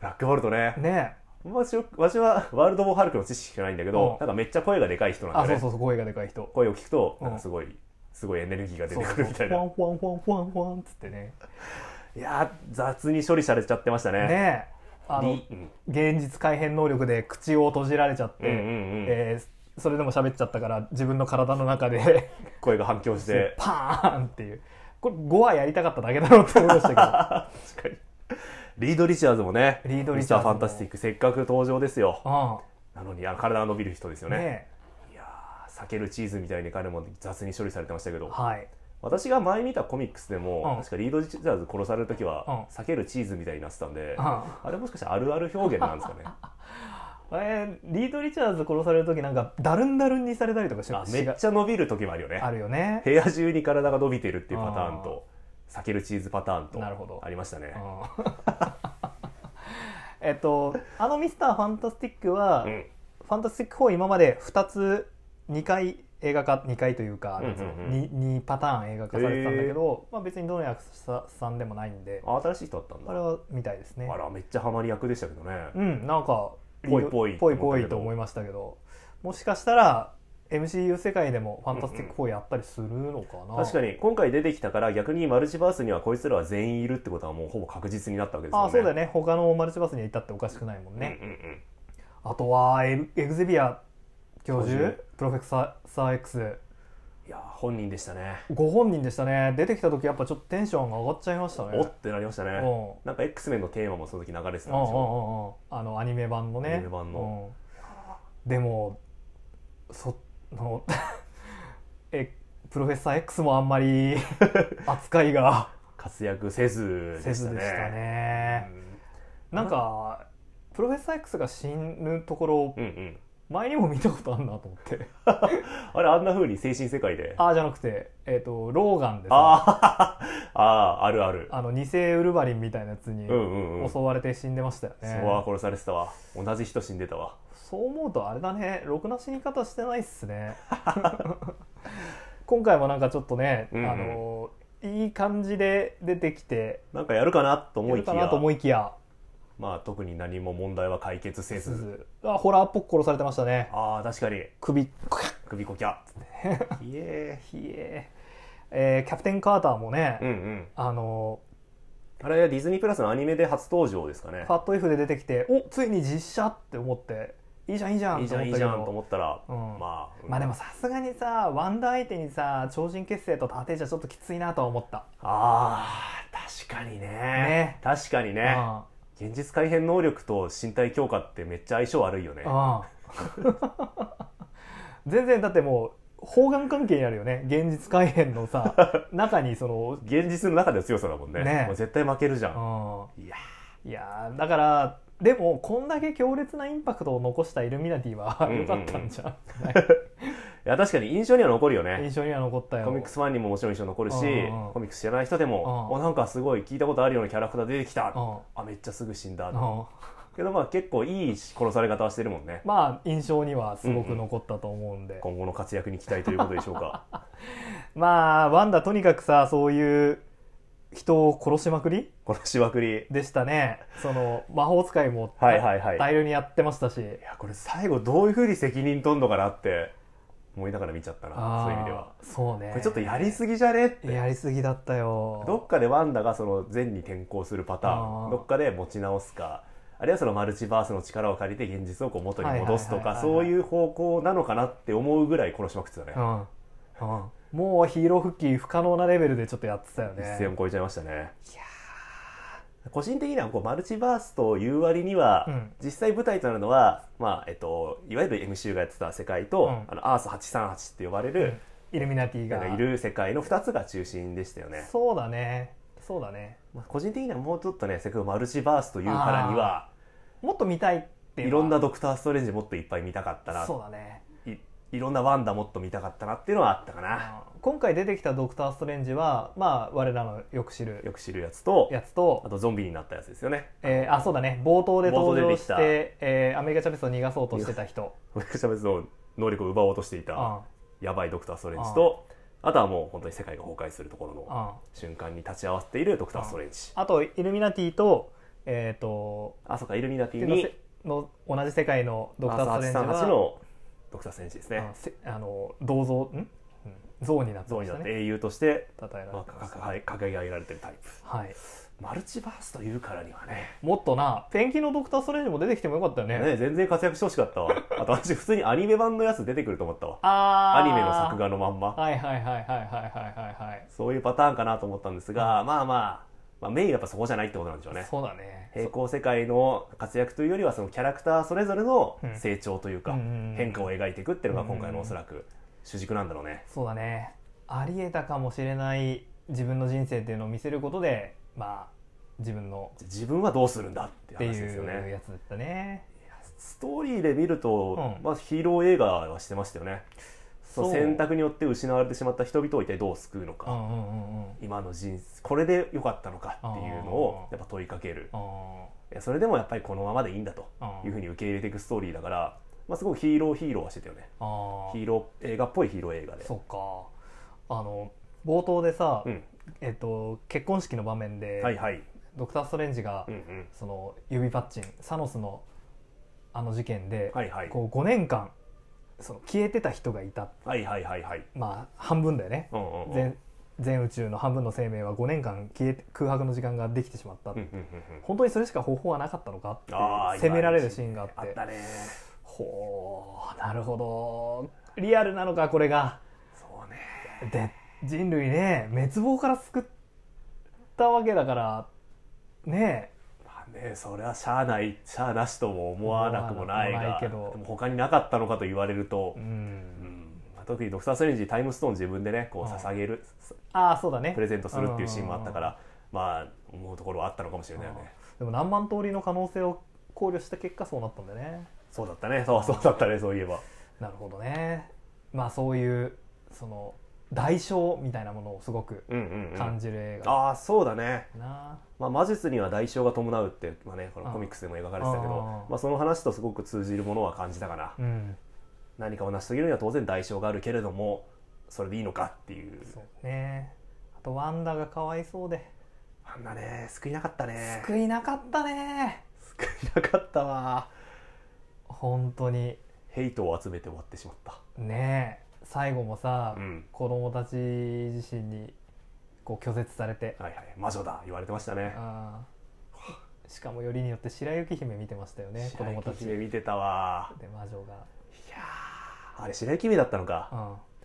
B: ラックボルトね
A: ね
B: わしわしはワールド・ボー・ハルクの知識がないんだけ
A: う
B: ど
A: ん
B: なんかめっちゃ声がでかい人な
A: あ
B: んだ
A: そ
B: よ
A: う
B: ね
A: そうそう声がでかい人
B: 声を聞くと
A: うん
B: なんかすごいすごいエネルギーが出
A: そ
B: て
A: う
B: くるみたい
A: フ
B: な
A: ワンフワンフワンフワンフワンっつってね
B: いやー雑に処理されちゃってましたね
A: ねあの
B: りうん
A: 現実改変能力で口を閉じられちゃって、
B: うんうんうん
A: えーそれでも喋っちゃったから自分の体の中で
B: 声が反響して
A: パーンっていうこれ5話やりたかっただけだろうと思いましたけど
B: 確かにリード・リチャーズもね
A: リードリ
B: ミス
A: チ
B: タ
A: ャー
B: ー・
A: ズ
B: フ
A: も
B: ァンタスティックせっかく登場ですよなのにあの体が伸びる人です
A: う
B: よ
A: ん
B: ね
A: ね
B: いやー避けるチーズみたいに彼も雑に処理されてましたけど
A: はい
B: 私が前見たコミックスでも、
A: うん
B: 確かリード・リチャーズ殺される時は、
A: う
B: 避けるチーズみたいになってたんで、
A: うん
B: あれもしかしてあるある表現なんです かね
A: えーリード・リチャーズ殺される時なんかダルンダルンにされたりとかし
B: あ
A: ま
B: めっちゃ伸びる時もあるよね
A: あるよね
B: 部屋中に体が伸びてるっていうパターンと避けるチーズパターン
A: なるほど
B: とありましたね
A: うん えっとあのミスターファンタスティックは、
B: うん
A: ファンタスティック4今まで2つ2回映画化2回というか、
B: うんうんうん
A: に 2, パターン映画化されてたんだけど、まあ、別にどの役者さんでもないんで
B: あ新しい人だったん
A: あ
B: だ
A: れはみたいですね
B: あらめっちゃハマり役でしたけどね
A: うんなんか
B: ぽいぽい
A: ぽいぽいと思いましたけどもしかしたら MCU 世界でも「ファンタスティック4」やったりするのかな、
B: 確かに今回出てきたから逆にマルチバースにはこいつらは全員いるってことはもうほぼ確実になったわけですよね
A: ああそうだよ
B: ね
A: ね他のマルチバースにはいたっておかしくないもんね、
B: うんうんうん
A: あとはエグエグゼビア教
B: 教
A: 授
B: 授
A: プロフェッサーサー X
B: いやー本人でしたね
A: ご本人でしたね出てきた時やっぱちょっとテンションが上がっちゃいましたね
B: おってなりましたね
A: うん
B: なんか X メンのテーマもその時流れてたんでし
A: うんうん
B: ょ
A: うんうんあのアニメ版のね
B: アニメ版の、
A: うんでもその えプロフェッサー X もあんま り扱いが
B: 活躍せず
A: せ
B: でし
A: ず
B: た
A: で
B: ね
A: したねなんかプロフェッサー X が死ぬところ
B: うんうんうん
A: 前にも見たことあるなと思って
B: あれあんな風に精神世界であ
A: ああじゃなくてえっ、とローガンでさ
B: あー あーあるある
A: あの偽ウルヴァリンみたいなやつに
B: うんうんうん
A: 襲われて死んでましたよね、
B: そうは殺されてたわ同じ人死んでたわ
A: そう思うとあれだねろくな死に方してないっすね 今回もなんかちょっとね、
B: うんうん
A: あのいい感じで出てきて
B: なんかやるかなと
A: や
B: 思い
A: る
B: き
A: か
B: や
A: なと思いきや
B: まあ特に何も問題は解決せず
A: 鈴あホラーっぽく殺されてましたね
B: ああ確かに
A: 首クヤッ
B: 首こき ゃいえ
A: ひええーキャプテン・カーターもね、
B: うんうん
A: あの
B: あれはディズニープラスのアニメで初登場ですかね
A: ファット F で出てきておついに実写って思っていいじゃんいいじゃ
B: い
A: ん
B: い
A: って
B: じ
A: 思
B: ゃん
A: っ
B: いい
A: たけ
B: じゃんと
A: ど
B: 思ったら、
A: うん
B: まあ、
A: まあでもさすがにさワンダー相手にさ超人結成と盾じゃちょっときついなとは思った
B: あー確かにね
A: ね
B: 確かにね、現実改変能力と身体強化ってめっちゃ相性悪いよね
A: ああ全然だってもう方眼関係にあるよね現実改変の さ中にその
B: 現実の中での強さだもんね
A: ね
B: もう絶対負けるじゃん、いや
A: うんいやーだからでもこんだけ強烈なインパクトを残したイルミナティは
B: うんうんうん
A: 良かったんじゃん、
B: ーいや確かに印象には残るよね
A: 印象には残ったよ
B: コミックスファンにももちろん印象に残るし、
A: うんうん
B: コミックス知らない人でも、
A: うん
B: おなんかすごい聞いたことあるようなキャラクター出てきた、
A: うん
B: あめっちゃすぐ死んだ、
A: うん
B: けどまあ結構いい殺され方はしてるもんね
A: まあ印象にはすごく残ったと思うんで、
B: 今後の活躍に期待ということでしょ うか
A: まあワンダとにかくさそういう人を殺しまくり
B: このしわくりい
A: でしたねその魔法使いも
B: はいはいはい
A: 大量にやってましたし、
B: やこれ最後どういうふうに責任取んのかなって思いながら見ちゃったな
A: あー
B: そういう意味では
A: そうね
B: これちょっとやりすぎじゃねって
A: やりすぎだったよ
B: どっかでワンダがその善に転向するパター
A: あ
B: ン
A: ー
B: どっかで持ち直すかあるいはそのマルチバースの力を借りて現実をこう元に戻すと
A: はい
B: か
A: はいはい
B: そ
A: は
B: う
A: い
B: いう方向なのかなって思うぐらい殺しまくってたね
A: うん、うん、もうヒーロー復帰不可能なレベルでちょっとやってたよ
B: 一
A: ね
B: 線を超えちゃいましたね個人的にはこうマルチバースという割には、
A: うん
B: 実際舞台となるのは、まあえっと、いわゆる MCU がやってた世界と、
A: うん
B: あのアース838って呼ばれる、
A: イルミナティ
B: な
A: が
B: んかいる世界の2つが中心でしたよね、
A: そうだねそうだね
B: まあ、個人的にはもうちょっとねせっかくマルチバースというからには
A: もっと見たいっていう
B: い
A: の
B: ろ
A: は
B: んなドクター・ストレンジもっといっぱい見たかったな
A: そうだね、
B: いいろんなワンダもっと見たかったなっていうのはあったか
A: うん
B: な、
A: 今回出てきたドクター・ストレンジはまあ我らのよく知る
B: よく知るやつと
A: やつと
B: あとゾンビになったやつですよね
A: えーあそうだね冒頭で登
B: 冒頭で
A: 場
B: 出て
A: し
B: きた
A: て、えーアメリカ・チャベスを逃がそうとしてた人、
B: 俺が別の能力を奪おうとしていた
A: うん
B: やばいドクター・ストレンジとあとはもう本当に世界が崩壊するところの
A: あ
B: 瞬間に立ち会わせているドクター・ストレンジ
A: あとイルミナティとえっ、と
B: あそうかイルミナティ
A: 天の
B: に
A: せの同じ世界のドクター・ストレンジ
B: アーサー838
A: は
B: のドクター・ストレンジですね
A: あせあの銅像ん、うん、像になって
B: ゾーン
A: まし
B: にな
A: た
B: って
A: ね
B: 英雄として、
A: 称えられて
B: ま
A: ま
B: あ、か
A: した
B: かはい掲げ上げられてるタイプ
A: はい
B: マルチバースというからにはね
A: もっとなペンキのドクター・ストレンジも出てきてもよかったよね
B: ね全然活躍してほしかった わあと私普通にアニメ版のやつ出てくると思ったわ
A: あ
B: ア
A: ー
B: ニメの作画のまんま
A: はいはいはいはいはいはいはいはい
B: そういうパターンかなと思ったんですが、まあまあ、まあ、メインはやっぱそこじゃないってことなんでしょうね
A: そうだね
B: 平行世界の活躍というよりはそのキャラクターそれぞれの
A: うん
B: 成長というか、
A: うんうんうん
B: 変化を描いていくっていうのが今回
A: うんうん
B: のおそらく主軸なんだろうね、
A: そうだねありえたかもしれない自分の人生っていうのを見せることでまあ自分の
B: 自分はどうするんだって
A: って
B: 話です
A: い
B: よ
A: う
B: ね
A: やつだったね
B: ストーリーで見る
A: う
B: と、
A: ん
B: まあ、ヒーロー映画はしてましたよねその
A: そう
B: 選択によって失われてしまった人々を一体どう救うの
A: う
B: か、
A: んうんうんうん
B: 今の人生これで良かったのかっていうのを
A: う
B: やっぱ問いかける
A: あ
B: いやそれでもやっぱりこのままでいいんだと
A: あ
B: いうふうに受け入れていくストーリーだから、まあ、すごくヒーローヒーローはしてたよね
A: あ
B: ヒーロー映画っぽいヒーロー映画で
A: そっかあの冒頭でさ、
B: うん
A: えっと結婚式の場面で、
B: はいはい、
A: ドクター・ストレンジが、
B: うんうん、
A: その指パッチンサノスのあの事件で、
B: はいはい
A: こう5年間その消えてた人がいた
B: はいはいはいはい
A: まあ半分だよね
B: うんうんうん
A: 全全宇宙の半分の生命は5年間消えて空白の時間ができてしまった、
B: うんうんうんうん
A: 本当にそれしか方法はなかったのかって
B: あー
A: 責められるシーンがあって
B: あったね
A: ほうなるほどリアルなのかこれが
B: そうね
A: で人類ね滅亡から救ったわけだからね
B: まあねそれはしゃあないしゃあなしとも思わなくもない
A: 思わ
B: が
A: なくもないけど
B: でも他になかったのかと言われると
A: え、う
B: うん
A: ん
B: まあ特にドクター・ストレンジタイムストーン自分でねこう
A: うん
B: 捧げる、
A: ああそうだね
B: プレゼントするっていうシーンもあったか
A: うん
B: ら、まあ思うところはあったのかもしれないよね
A: でも何万通りの可能性を考慮した結果そうなったんだよね
B: そうだったね そうそうだったねそういえば
A: なるほどねまあそういうその代償みたいなものをすごく
B: うんうん、うん、
A: 感じる映画
B: ああそうだね、
A: だな、
B: まあ、魔術には代償が伴うって、まあね、このコミックスでも描かれてたけど
A: あー
B: まあ、その話とすごく通じるものは感じたかな、
A: うん
B: 何かを成し遂げるには当然代償があるけれどもそれでいいのかっていう
A: そうねあとワンダがかわいそうで
B: あんなね救いなかったね
A: 救いなかったね
B: 救いなかったわ
A: 本当に
B: ヘイトを集めて終わってしまった
A: ねえ最後もさ、
B: うん
A: 子供たち自身にこう拒絶されて、
B: はいはい魔女だ言われてましたね
A: あーしかもよりによって白雪姫見てましたよね子
B: 白
A: 供
B: 雪
A: たち
B: 姫
A: で
B: 見てたわ
A: 魔女が
B: いやーあれ白雪姫だったのか、
A: うん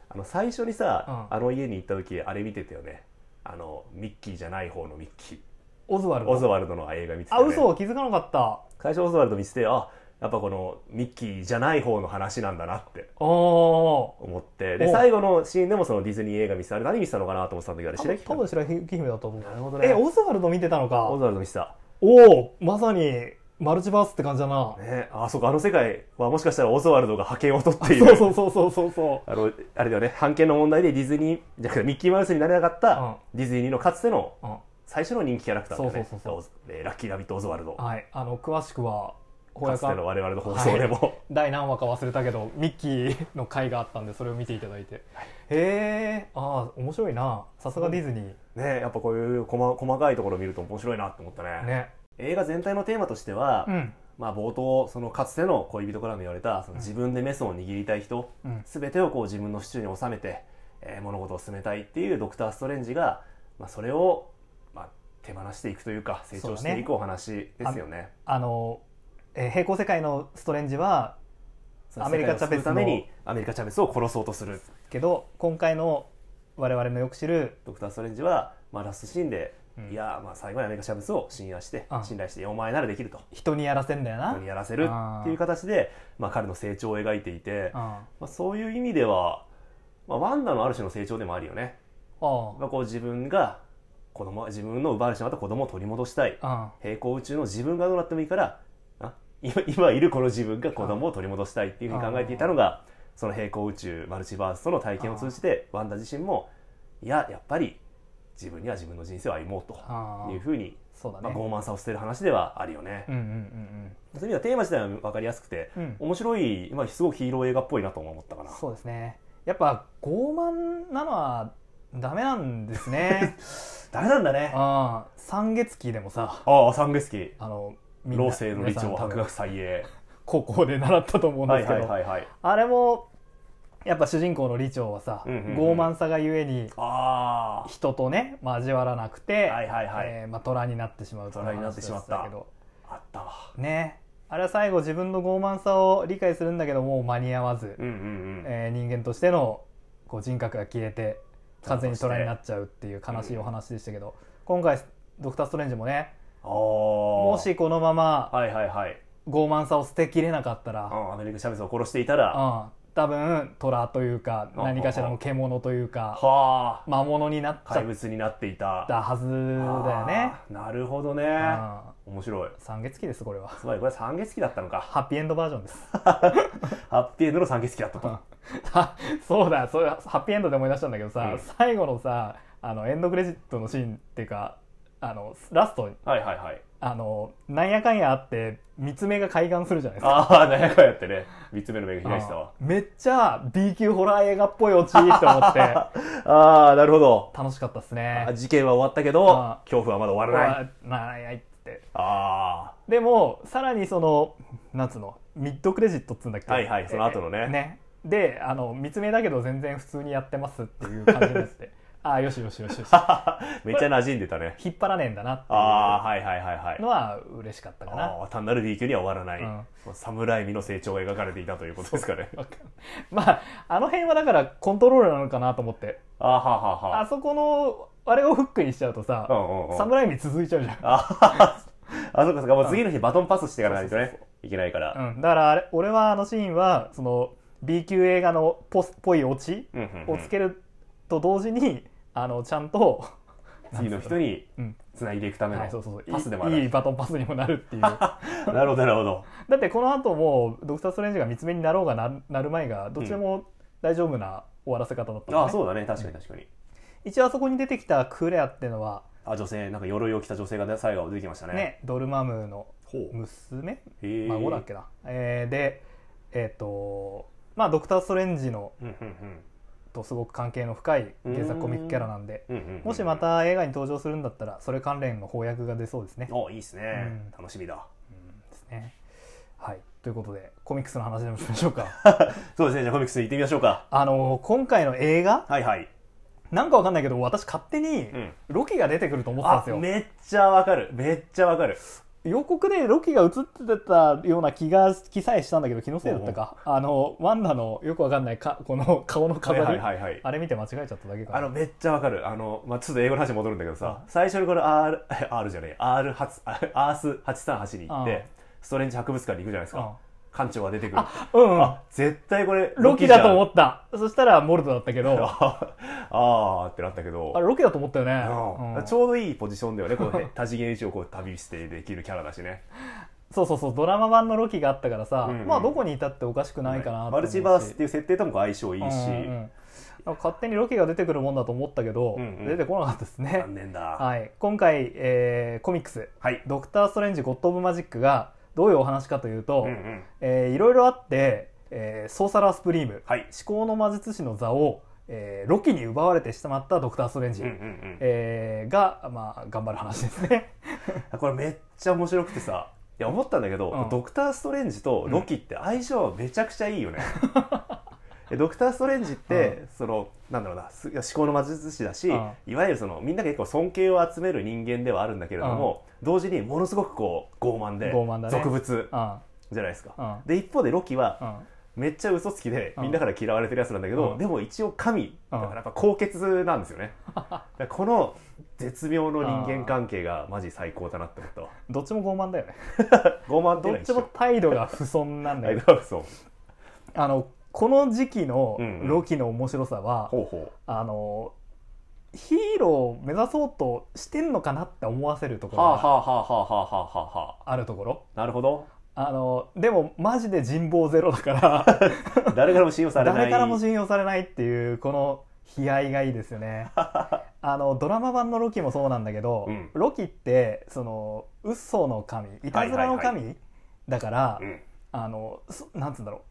B: あの最初にさ、
A: うん
B: あの家に行った時あれ見てたよねあのミッキーじゃない方のミッキー
A: オズワルド
B: オズワルドの映画見てた
A: あ
B: よね
A: 嘘気づかなかった
B: 最初オズワルド見ててあやっぱこのミッキーじゃない方の話なんだなって
A: お
B: 思ってで
A: お
B: 最後のシーンでもそのディズニー映画見てたあれ何見てたのかなと思ってたんだけどあ
A: 多
B: れ
A: 分
B: 白雪
A: 多
B: 姫
A: 分白雪姫だと思う
B: なるほどね
A: えオズワルド見てたの
B: オ
A: か
B: ズワルド見てた
A: おおまさにマルチバースって感じだな、
B: ねあそうかあの世界はもしかしたらオズワルドが覇権を取っている
A: そうそうそうそうそうそ
B: あのあれだよね判権の問題でディズニーじゃなくてミッキーマウスになれなかったディズニーのかつての
A: う、うん、
B: 最初の人気キャラクターだよね
A: そうそうそう
B: オズえーラッキーラビットオズワルド
A: はいあの詳しくはほや
B: かつての
A: か
B: 我々の放送でも、
A: 第何話か忘れたけどミッキーの回があったんでそれを見ていただいて、へえああ面白いなさすがディズニ
B: ねやっぱこういう細細かいところを見ると面白いなって思ったね
A: ーね
B: 映画全体のテーマとしては、
A: うん
B: まあ、冒頭そのかつての恋人からも言われたその自分でメスを握りたい人、
A: うん
B: 全てをこう自分の手中に収めて、えー物事を進めたいっていうドクター・ストレンジが、まあ、それを、まあ、手放していくというか成長していくお話ですよね。
A: あの、えー平行世界のストレンジは
B: その
A: アメリカチャベスの
B: 世界を救うためにアメリカ・チャベスを殺そうとする
A: けど今回の我々のよく知る
B: ドクター・ストレンジは、まあ、ラストシーンで、
A: うん
B: いや、まあ、最後にアメリカ・チャベスを信頼して、
A: うん
B: 信頼してお前ならできると
A: 人にやらせんだよな
B: 人にやらせるっていう形で、まあ、彼の成長を描いていて、ま
A: あ
B: あ、そういう意味では、まあ、ワンダのある種の成長でもあるよね。
A: あ
B: まあ、こう自分が子供自分の奪われてしまった子供を取り戻したい
A: あ
B: 平行宇宙の自分がどうなってもいいからあ今今いるこの自分が子供を取り戻したいっていうふうに考えていたのがその平行宇宙マルチバースとの体験を通じてワンダ自身もいややっぱり自分には自分の人生を歩もうと
A: あ
B: いうふうに、
A: そうだ
B: まあ、
A: ね、
B: 傲慢さを捨てる話ではあるよね。
A: うんうん
B: そういう意味ではテーマ自体は分かりやすくて
A: うんうんうん
B: 面白い、まあ、すごくヒーロー映画っぽいなとも思ったかな。
A: そうですねやっぱ傲慢なのはダメなんです ね
B: ダメなんだね。
A: ああ三月期でもさ
B: ああ、三月期。
A: あのみんな
B: 老生の理
A: 皆
B: 長
A: さん多
B: 博
A: 分
B: 学祭へ。
A: 高校で習ったと思うん
B: は
A: で
B: い
A: すけ
B: はい
A: ど
B: はいはい。
A: あれもやっぱ主人公の李長はさ、
B: うんうんうん
A: 傲慢さがゆえに
B: ああ。
A: 人とね交わらなくて、
B: はいはいはい
A: えーまあ、虎になってしまうという
B: 虎になってしまった
A: 話でけど
B: あったわ。
A: ねあれは最後自分の傲慢さを理解するんだけどもう間に合わず、
B: うんうんうん。
A: えー人間としてのこう人格が消えて完全に虎になっちゃうっていう悲しいお話でしたけど、今回「ドクター・ストレンジ」もね
B: ああ。も
A: も。しこのまま
B: はいはいはい。
A: 傲慢さを捨てきれなかったら、
B: う
A: うん
B: んアメリカ・シャベスを殺していたら。
A: 多分虎というか
B: うん
A: 何かしらの獣というか
B: はあ。
A: 魔物になっちゃ
B: 怪
A: っ
B: 物になっていた。
A: たはずだよね。
B: あー。なるほどね。
A: う
B: 面白い。
A: ん、三月期ですこれは
B: つまりこれは三月期だったのか。
A: ハッピーエンドバージョンです
B: ハッピーエンドの三月期だったと。
A: あそうだそれハッピーエンドで思い出したんだけどさ、
B: うん
A: 最後のさあのエンドクレジットのシーンっていうかあのラスト
B: はいはいはい。
A: あのなんやかんやあって三つ目が開眼するじゃないですか
B: ああ、なんやかんやってね。三つ目の目が開いてたわ。
A: あめっちゃ B 級ホラー映画っぽいオチって思って
B: ああ、なるほど。
A: 楽しかったっす
B: あ
A: ね
B: 事件は終わったけど
A: あ、
B: 恐怖はまだ終わらない。
A: あないないっつって
B: あ
A: でもさらにそのなんつうのミッドクレジットっつうんだっけ
B: はいはいその後のね
A: えねであの見つめだけど全然普通にやってますっていう感じになって ああよしよしよしよし
B: あ、 めっちゃ馴染んでたね。
A: 引っ張らねえんだなって
B: ああ、
A: い
B: はいはいはいは
A: う
B: い
A: の。は嬉しかったかな
B: ああ、単なる B 級には終わらない。
A: うん
B: もう侍身の成長が描かれていたということですかね。
A: まああの辺はだからコントロールなのかなと思って
B: ああ、はあはあ
A: あ
B: は
A: そこのあれをフックにしちゃうと
B: あ。う
A: さ
B: んうんうん。
A: 侍に続いちゃうじゃ ん
B: あははあ、そうかそうか。もう次の日バトンパスしていからないと
A: そう
B: ね、いけないから。
A: うん、だからあれ俺はあのシーンはその B 級映画のポスっぽいオチ
B: うんうんうん
A: をつけると同時にあのちゃんと、
B: 次の人に
A: うん
B: つないでいくため
A: はい、そうそうそう
B: のパスでもある。
A: いいいバトンパスにもなる っていうだ
B: なるほど、なるほど。
A: ってこの後もうドクター・ストレンジが見つめになろうがななる前がどっちでも大丈夫な終わらせ方だったの
B: あ
A: ね
B: あ、そうだね。確かに確かに。
A: 一応あそこに出てきたクレアっていうのは
B: あ、女性、なんか鎧を着た女性が最後出てきましたね。
A: ね。ドルマムの
B: ほう。
A: 娘
B: へえ。
A: 孫だっけな、えーでえっ、とまあドクター・ストレンジの
B: うんうん
A: とすごく関係の深い原作コミックキャラなんで
B: うんうんうんうん。
A: もしまた映画に登場するんだったらそれ関連の翻訳が出そうですね。
B: おいいですね、
A: うん
B: 楽しみだ
A: うんですねはい、ということでコミックスの話でもしましょうか。
B: そうですねじゃあコミックス行ってみましょうか
A: あの今回の映画
B: はいはい、
A: なんかわかんないけど私勝手に
B: うん、
A: ロキが出てくると思ってたん
B: あ
A: ですよ。
B: めっちゃわかるめっちゃわかる
A: 予告でロキが映ってたような気が気さえしたんだけど気のせいだったか。あのワンダのよくわかんないかこの顔の飾り、
B: はいはいはい、はい、
A: あれ見て間違えちゃっただけかな。
B: あのめっちゃわかるあの、まあ、ちょっと英語の話戻るんだけどさ、最初にこの R, R じゃねえ R 発 あアース838に行って、
A: うん
B: ストレンジ博物館に行くじゃないですか、館長が出てくるあ,、
A: うん、うん、
B: 絶対これ
A: ロキだと思
B: て
A: った。そしたらモルトだったけど。
B: あ あーってなったけど
A: あれロケだと思ったよね、
B: うん
A: うん
B: ちょうどいいポジションだよね この多次元以上こう旅してできるキャラだしね
A: そうそうそうドラマ版のロキがあったからさ、
B: うんうん
A: まあどこにいたっておかしくないかなと思
B: マ
A: う
B: ル
A: し
B: チバースっていう設定ともこう相性いいし、
A: うんうんうん勝手にロキが出てくるもんだと思ったけど、
B: うんうん
A: 出てこなかったですね
B: 残念だは
A: はい今回、えーコミックス
B: い
A: 「ドクター・ストレンジ・ゴッド・オブ・マジック」がどういうお話かというと、
B: うんうん
A: えーいろいろあって、えーソーサラー・スプリーム、
B: はい
A: 至高の魔術師の座を、えーロキに奪われてしまったドクター・ストレンジ、
B: うんうん
A: えーが、まあ、頑張る話ですね
B: うん、これめっちゃ面白くてさいや思ったんだけど、
A: うん
B: ドクター・ストレンジとロキって相性めちゃくちゃいいよ ね、えドクター・ストレンジって、そのなんだろうなす思考の魔術師だし、
A: うん
B: いわゆるそのみんなが結構尊敬を集める人間ではあるんだけれども、同時にものすごくこう傲慢で
A: 傲慢だね
B: 俗物
A: うん
B: じゃないですか、
A: うん
B: で一方でロキは
A: うん
B: めっちゃ嘘つきで
A: うん
B: みんなから嫌われてるやつなんだけど、
A: うん
B: でも一応神だか
A: うん
B: らやっぱ高潔なんです よねだからこの絶妙の人間関係がマジ最高だなって思ったわ
A: どっちも傲慢だよね
B: 5万
A: どっちも態度が不遜なんだ
B: ラ
A: け
B: イ
A: ど
B: ブハウスを
A: あのこの時期の
B: うんうん
A: ロキの面白さは、
B: ほうほ
A: あのヒーローを目指そうとしてんのかなって思わせると
B: う
A: ころ
B: はあは
A: が
B: あはあはあはあはあはあ
A: あるところ
B: なるほど
A: あのでもマジで人望ゼロだから
B: 誰からも信用されない
A: 誰からも信用されないっていうこの悲哀がいいですよ ねあのドラマ版のロキもそうなんだけど、
B: うん
A: ロキってその嘘の神いたずらの神、
B: はいはい
A: だから、
B: うん
A: あのそなんつうんだろう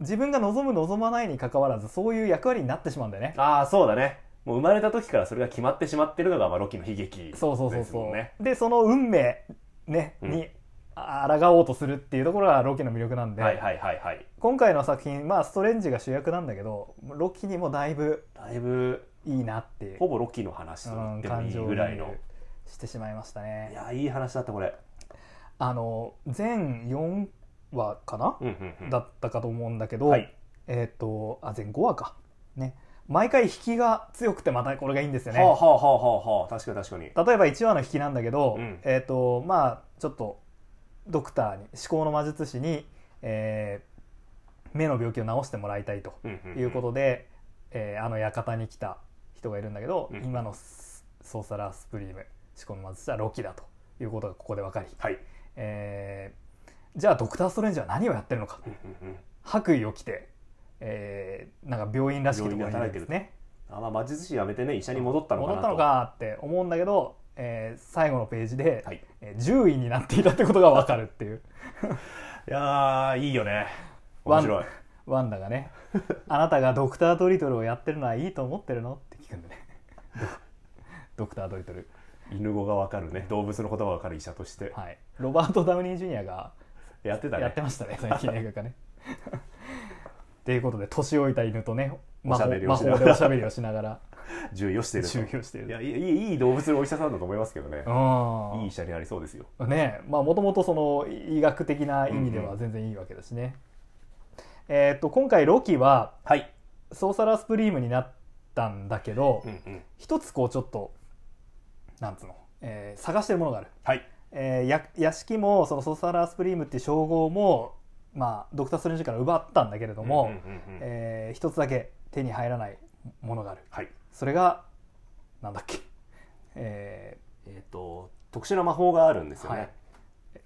A: 自分が望む望まないに関わらずそういう役割になってしまうんだよね
B: ああそうだねもう生まれた時からそれが決まってしまってるのが、まあ、ロキの悲劇
A: そうそうそう
B: ですも
A: そ
B: ん
A: う
B: ね
A: でその運命ね、
B: うん
A: に抗おうとするっていうところがロキの魅力なんで、
B: はいはいはいはい
A: 今回の作品まあストレンジが主役なんだけどロキにもだいぶ
B: だいぶ
A: いいなっていう
B: ほぼロキの話と
A: う
B: 言っ
A: ん
B: てもい
A: 感
B: い
A: 情
B: ぐらいの
A: 移入してしまいました
B: い
A: ね
B: やいい話だったこれ
A: あの全4話かな、
B: うんうんうん
A: だったかと思うんだけど、
B: はい
A: えっ、とあ全5話かね毎回引きが強くてまたこれがいいんですよね、
B: はあはあはあはあはあ確かに確かに
A: 例えば1話の引きなんだけど、
B: うん
A: えっ、とまあちょっとドクターに思考の魔術師に、えー目の病気を治してもらいたいと
B: うんうんん
A: いうことで、えーあの館に来た人がいるんだけど、
B: うん
A: 今のスソーサラースプリーム思考の魔術師はロキだということがここで分かり、
B: はい
A: えーじゃあドクター・ストレンジは何をやってるのか
B: うんうんうん
A: 白衣を着て、えーなんか病院らしきところにいるんですね。
B: あまあ魔術師辞めてね医者に戻ったのかな
A: 戻
B: と
A: ったのかって思うんだけど、えー最後のページで、
B: はい
A: えー10位になっていたってことがわかるっていう
B: いやーいいよね
A: ワ
B: 面
A: ン
B: 白い
A: ワンダが ね「あなたがドクター・ドリトルをやってるのはいいと思ってるの?」って聞くんでねドドクター・ドリトル
B: 犬語がわかるね動物の言葉がわかる医者として
A: はいロバート・ダウニー・ジュニアが
B: やってた
A: や
B: ね
A: ってましたね最近の映画が ねっていうことで年老いた犬とね魔
B: おしゃ
A: 法
B: べりを
A: 魔
B: しながら
A: 法でおしゃべりをしなが ら
B: 重要してると
A: 終了してい
B: いや
A: る
B: いいいいいい動物のお医者さんだと思いますけどね
A: とうん
B: いい医者になりそうですよ
A: ねまあもともとその医学的な意味では全然いいわけだしね、えーっと今回ロキは
B: はい
A: ソーサラースプリームになったんだけど、
B: うんうん
A: 一つこうちょっとなんつうの、えー探してるものがある、
B: はい
A: えーや屋敷もそのソーサラースプリームっていう称号もまあドクター・ストレンジから奪ったんだけれども、
B: うんうんうんうん
A: えー一つだけ手に入らないものがある
B: はい
A: それがなんだっけえ
B: えっと特殊な魔法があるんですよね、
A: はい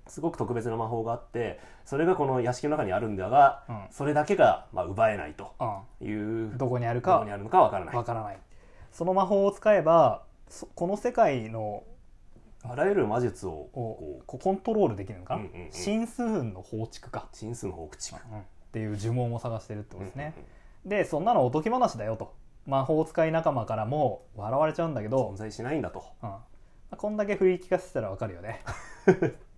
B: すごく特別な魔法があってそれがこの屋敷の中にあるんだが、
A: うん
B: それだけが、まあ、奪えないと
A: ー
B: いう
A: うん、どこにある
B: どこ
A: か
B: にあるのかわからない
A: わからないその魔法を使えばそこの世界の
B: あらゆる魔術を
A: を
B: こ
A: こうコントロールできるのかな、
B: うんうんうん
A: 真数運の放逐か、
B: うチンスの方口
A: うんっていう呪文を探してるってことですね、
B: うんうん
A: でそんなのおとぎ話だよと魔法使い仲間からも笑われちゃうんだけ
B: うん存
A: ど、
B: 在しないんだと
A: うんこんだけ振り聞かせてたらわかるよね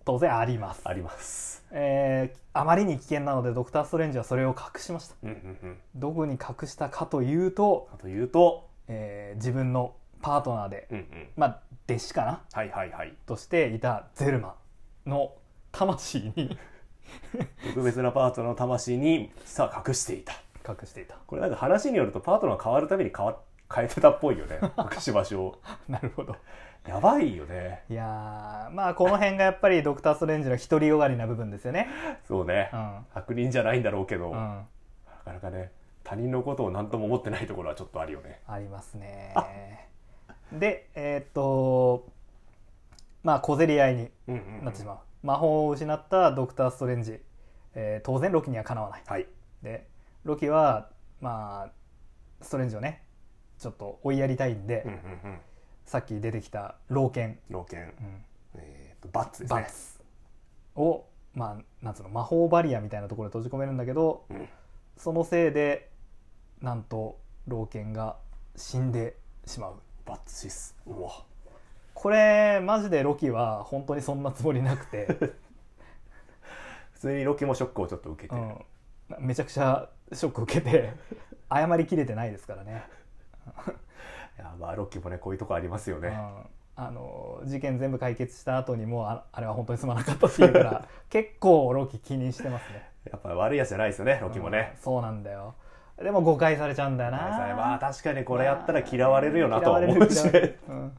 A: 当然あります、
B: あります、
A: えーあまりに危険なのでドクター・ストレンジはそれを隠しました
B: うんうんうん、
A: どこに隠したかというと、
B: あというと、
A: えー自分のパートナーで
B: うんうん、
A: まあ弟子かな
B: はいはいはい
A: としていたゼルマの魂に
B: 特別なパートナーの魂にさあ隠していた
A: 隠していた
B: これなんか話によるとパートナーが変わるために変わ変えてたっぽいよ ね隠し場所を
A: なるほど
B: やばいよね
A: いやーまあこの辺がやっぱりドクター・ストレンジの独りよがりな部分ですよね
B: そうね、
A: うん、
B: 悪人じゃないんだろうけど、
A: う、
B: なんかなかね他人のことを何とも思ってないところはちょっとあるよね
A: ありますねでえーっとまあ小競り合いに
B: うんうんうん
A: なってしまう、魔法を失ったドクター・ストレンジ、えー当然ロキにはかなわない
B: はい
A: でロキはまあストレンジをねちょっと追いやりたいんで、
B: うんうんうん
A: さっき出てきた老犬、
B: 老犬
A: うん、
B: えーとバッツです
A: バ
B: ね
A: ンスを、まあ、なんつうの魔法バリアみたいなところで閉じ込めるんだけど、
B: うん
A: そのせいでなんと老犬が死んでしまう
B: バッツシスうわ
A: これマジでロキは本当にそんなつもりなくて、
B: 普通にロキもショックをちょっと受けて、
A: うん、めちゃくちゃショック受けて謝りきれてないですからね
B: いやまあロキもねこういうとこありますよ
A: う
B: ね、
A: んあの事件全部解決した後にもうああれは本当にすまなかったっていうから結構ロキ気にしてますね
B: やっぱ悪いやつじゃないですよねロキもね
A: う、んそうなんだよでも誤解されちゃうんだよな
B: はいはいまあ確かにこれやったら嫌われるよなとは思
A: 嫌わ
B: う
A: れ
B: し
A: る嫌われるうん
B: だか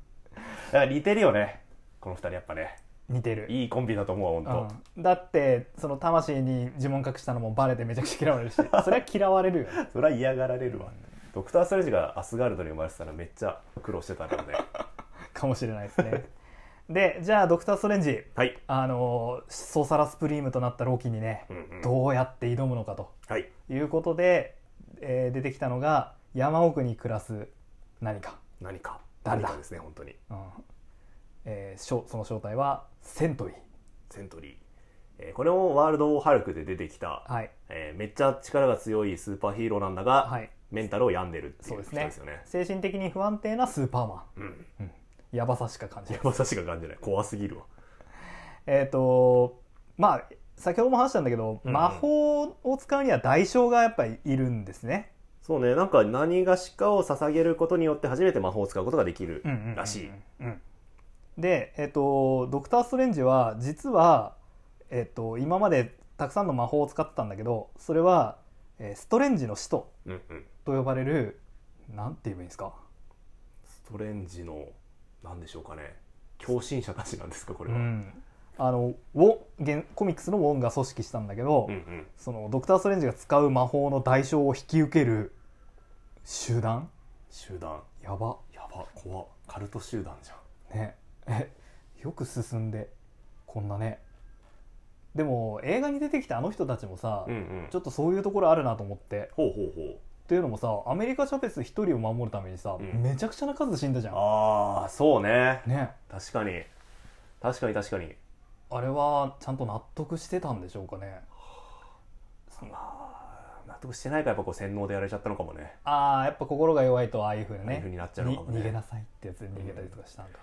B: ら 似てるよねこの二人やっぱね
A: 似てる、
B: いいコンビだと思うわ本
A: うんだってその魂に呪文隠したのもバレてめちゃくちゃ嫌われる しそれは嫌われるよ
B: 当、それは嫌がられるわ、ドクター・ストレンジがアスガルドに生まれてたらめっちゃ苦労してたので
A: かもしれないですねでじゃあドクター・ストレンジ
B: はい、
A: あのーソーサラスプリームとなったロキにね
B: うんうん
A: どうやって挑むのかと
B: はい
A: いうことで、えー出てきたのが山奥に暮らす何か、
B: 何か
A: 誰
B: 何
A: だ
B: かですね本当に
A: うんえーしょその正体はセントリー
B: セントリーえーこれもワールド・オー・ハルクで出てきた、
A: はい
B: えーめっちゃ力が強いスーパーヒーローなんだが、
A: はい
B: メンタルを病んでるってい
A: そう
B: う
A: です
B: 人
A: ね
B: ですよね。
A: 精神的に不安定なスーパーマン
B: うん。
A: やばさしか感じない
B: まさしか感じない。怖すぎるわ。
A: えっ、とまあ先ほども話したんだけど、
B: うん
A: 魔法を使うには代償がやっぱりいるんですね、
B: そうね、なんか何がしかを捧げることによって初めて魔法を使うことができる
A: うんうんうんうん
B: らしい。
A: うんで、えっとドクター・ストレンジは実は、えっと今までたくさんの魔法を使ってたんだけどそれは、えーストレンジの使徒
B: うんうん。
A: と呼ばれるなんて言えばいいんですか
B: ストレンジの、なんでしょうかね。狂信者たちなんですか、これは。
A: うんあのウォン原コミックスのウォンが組織したんだけど、
B: うんうん
A: そのドクター・ストレンジが使う魔法の代償を引き受ける集団
B: 集団。
A: やば
B: やば、怖カルト集団じゃん。
A: ねえよく進んでこんなねでも映画に出てきたあの人たちもさ、
B: うんうん
A: ちょっとそういうところあるなと思って
B: ほうほうほう。
A: というのもさアメリカ・チャペス一人を守るためにさ、
B: うん
A: めちゃくちゃな数死んだじゃん
B: ああ、そうね。
A: ね
B: 確かに。確かに確かに。
A: あれはちゃんと納得してたんでしょうかね
B: まあ、納得してないからやっぱこう洗脳でやられちゃったのかもね。
A: ああやっぱ心が弱いとああいうふうに
B: ああいう
A: ね
B: 風になっちゃうのかもね
A: に逃げなさいってやつで逃げたりとかしたんか、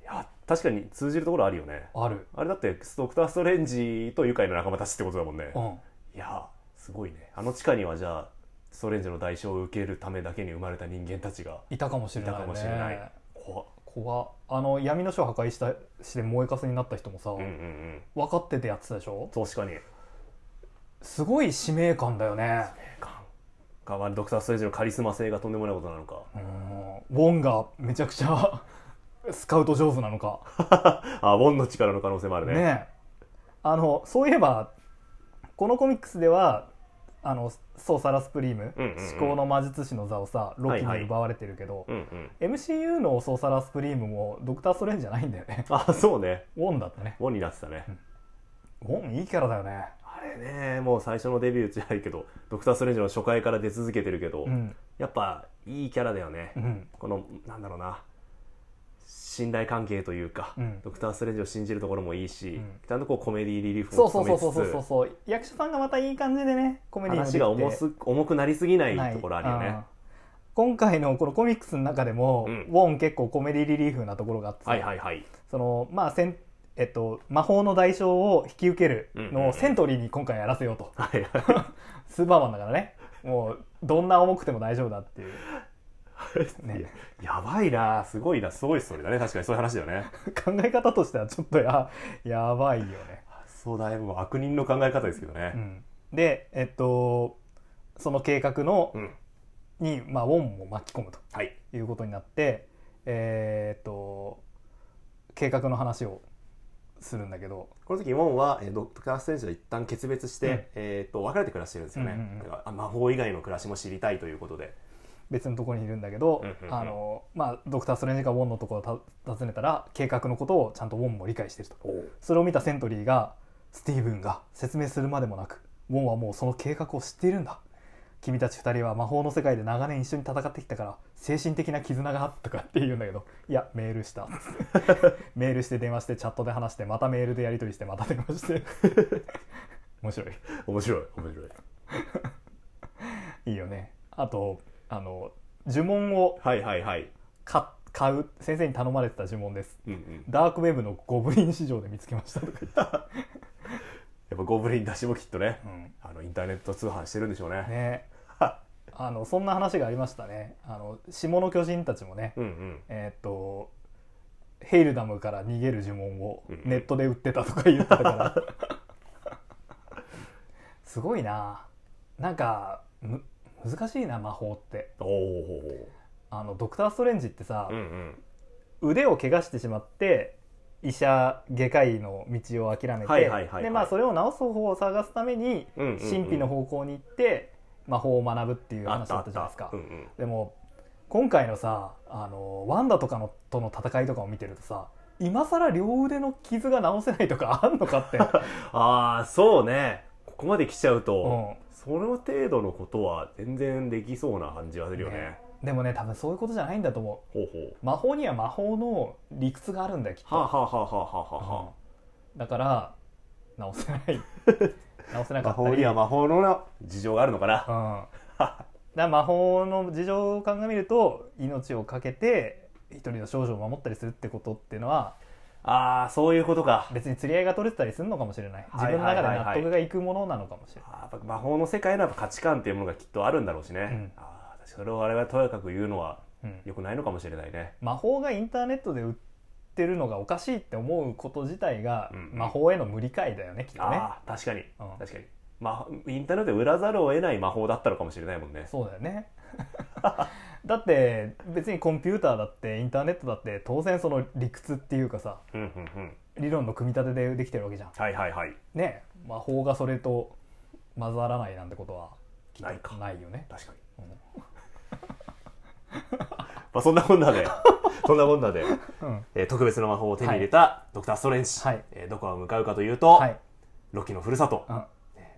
B: いや、確かに通じるところあるよね。
A: ある
B: あれだって、ドクター・ストレンジと愉快な仲間たちってことだもんね。
A: うん
B: いや、すごいね。あの地下にはじゃあ、ストレンジの代償を受けるためだけに生まれた人間たちが
A: いたかもし
B: い
A: れな
B: た
A: い、ね、
B: かもしれない。怖っ
A: 怖っあの闇の書を破壊したして燃えかすになった人もさ、
B: うんうんうん。
A: 分かっててやってたでしょ
B: 確かに。
A: すごい使命感だよね
B: かわりドクター・ストレンジのカリスマ性がとんでもないことなのか。
A: うんウォンがめちゃくちゃ スカウト上手なのか
B: あ、ウォンの力の可能性もある
A: ね
B: ね。
A: あのそういえばこのコミックスではあのソーサラスプリーム、
B: うんうんうん
A: 至高の魔術師の座をさロキに奪われてるけど、
B: うんうん。
A: MCU のソーサラスプリームもドクター・ストレンジじゃないんだよね
B: あ、そうね。
A: ウォンだったね
B: ウォンになってたね。
A: ウォンいいキャラだよね
B: あれね、もう最初のデビューじゃないけど、ドクター・ストレンジの初回から出続けてるけど、
A: うん
B: やっぱいいキャラだよね。
A: うん
B: この、なんだろうな、信頼関係というか、
A: うん
B: ドクター・ストレンジを信じるところもいいし、
A: うん
B: ちゃんとこうコメディリリーフ
A: そ
B: も
A: うそう
B: 務
A: そ
B: め
A: うそうそう
B: つ
A: そう
B: つ、
A: そう役者さんがまたいい感じでねコメディーもでき
B: 話
A: て
B: が重す重くなりすぎないところあるよ
A: う
B: ね
A: ん。今回のこのコミックスの中でも、
B: うん
A: ウォン結構コメディリリーフなところがあってさ、
B: はいはいはい。
A: そのまあせんえっと、魔法の代償を引き受ける
B: うんうん
A: の
B: う
A: を
B: ん
A: セントリーに今回やらせようと、
B: はいはい
A: スーパーマンだからねもうどんな重くても大丈夫だっていう ね
B: やばいな、すごいな、すごいストーリーだね。確かにそういう話だよね。
A: 考え方としてはちょっとややばいよね、
B: そうだいぶ悪人の考え方ですけど
A: う
B: ね。
A: ん、でえっとその計画の、
B: うん。
A: に、まあ、ウォンも巻き込むと
B: はい。
A: いうことになってえーっと計画の話をするんだけど
B: この時ウォンは、えードクター・ストレンジと一旦決別して、
A: うん
B: えー、と別れて暮らしてるんですよね、
A: うんうんうん
B: だからあ魔法以外の暮らしも知りたいということで
A: 別のところにいるんだけど、
B: うんうんうん
A: あのまあ、ドクター・ストレンジがウォンのところをた訪ねたら計画のことをちゃんとウォンも理解してるとそれを見たセントリーがスティーブンが説明するまでもなくウォンはもうその計画を知っているんだ君たち二人は魔法の世界で長年一緒に戦ってきたから精神的な絆があったとかって言うんだけどいやメールした メールして電話してチャットで話してまたメールでやり取りしてまた電話して 面白い
B: 面白い面白い
A: いいよねあとあの呪文を
B: はいはいはい、
A: か買う先生に頼まれてた呪文です
B: うんうん、
A: ダークウェブのゴブリン市場で見つけましたとか言って、
B: やっぱゴブリン出しもきっとね、
A: うん
B: あのインターネット通販してるんでしょうね
A: ね
B: は
A: あのそんな話がありましたねあの下の巨人たちもね、
B: うんうん
A: えーっとヘイルダムから逃げる呪文を
B: うんうん
A: ネットで売ってたとか言ったからすごいななんかむ難しいな魔法って
B: おお
A: あのドクター・ストレンジってさ、
B: うんうん
A: 腕を怪我してしまって医者外科医の道を諦めて、
B: はいはいはいはい
A: でまあ、それを治す方法を探すために
B: うんうんうん
A: 神秘の方向に行って魔法を学ぶっていう
B: あっ
A: 話
B: た
A: だ
B: あ
A: った
B: っ
A: じゃない
B: た
A: ですか
B: うんうん、
A: でも今回のさあのワンダとかのとの戦いとかを見てるとさ今更両腕の傷が治せないとかあ んのか って、
B: ああそうねここまで来ちゃう
A: う
B: と、
A: ん
B: その程度のことは全然できそうな感じはするよね
A: ねでもね多分そういうことじゃないんだと思
B: ほうほう
A: う魔法には魔法の理屈があるんだよきっと、
B: はあ、はあはあはあはあはあ、
A: うんだから直 せない直せなか
B: 魔
A: った
B: 法
A: り
B: には魔法のな事情があるのかな。
A: うん、だから魔法の事情を鑑みると命を懸けて一人の少女を守ったりするってことっていうのは
B: ああ、そういうことか。
A: 別に釣り合いが取れてたりするのかもしれない自
B: はい
A: 分の中で
B: はいはい
A: 納
B: はい
A: 得がいくものなのかもしれない、
B: あーやっぱ魔法の世界のやっぱ価値観っていうものがきっとあるんだろうしね。
A: ん
B: ああ、確かにそれを我々とやかく言うのは
A: うん
B: 良くないのかもしれないね。
A: 魔法がインターネットで売ってるのがおかしいって思うこと自体が
B: うん
A: 魔法への無理解だよねきっとね
B: ああ、確かに。
A: うん
B: 確かに。まあ、インターネットで売らざるを得ない魔法だったのかもしれないもんね。
A: そうだよね だって別にコンピューターだってインターネットだって当然その理屈っていうかさ
B: うんうんうん。
A: 理論の組み立てでできてるわけじゃん
B: はいはいはい。
A: ね魔法がそれと混ざらないなんてことはき
B: ない
A: っと
B: か
A: ないよね
B: 確かに。
A: うん
B: まあ、そんなこんなで、そんなこんなで、
A: うん
B: えー特別な魔法を手に入れた、ドクター・ストレンジ、
A: はい
B: えーどこへ向かうかというと、
A: はい、
B: ロキのふるさと、
A: うん、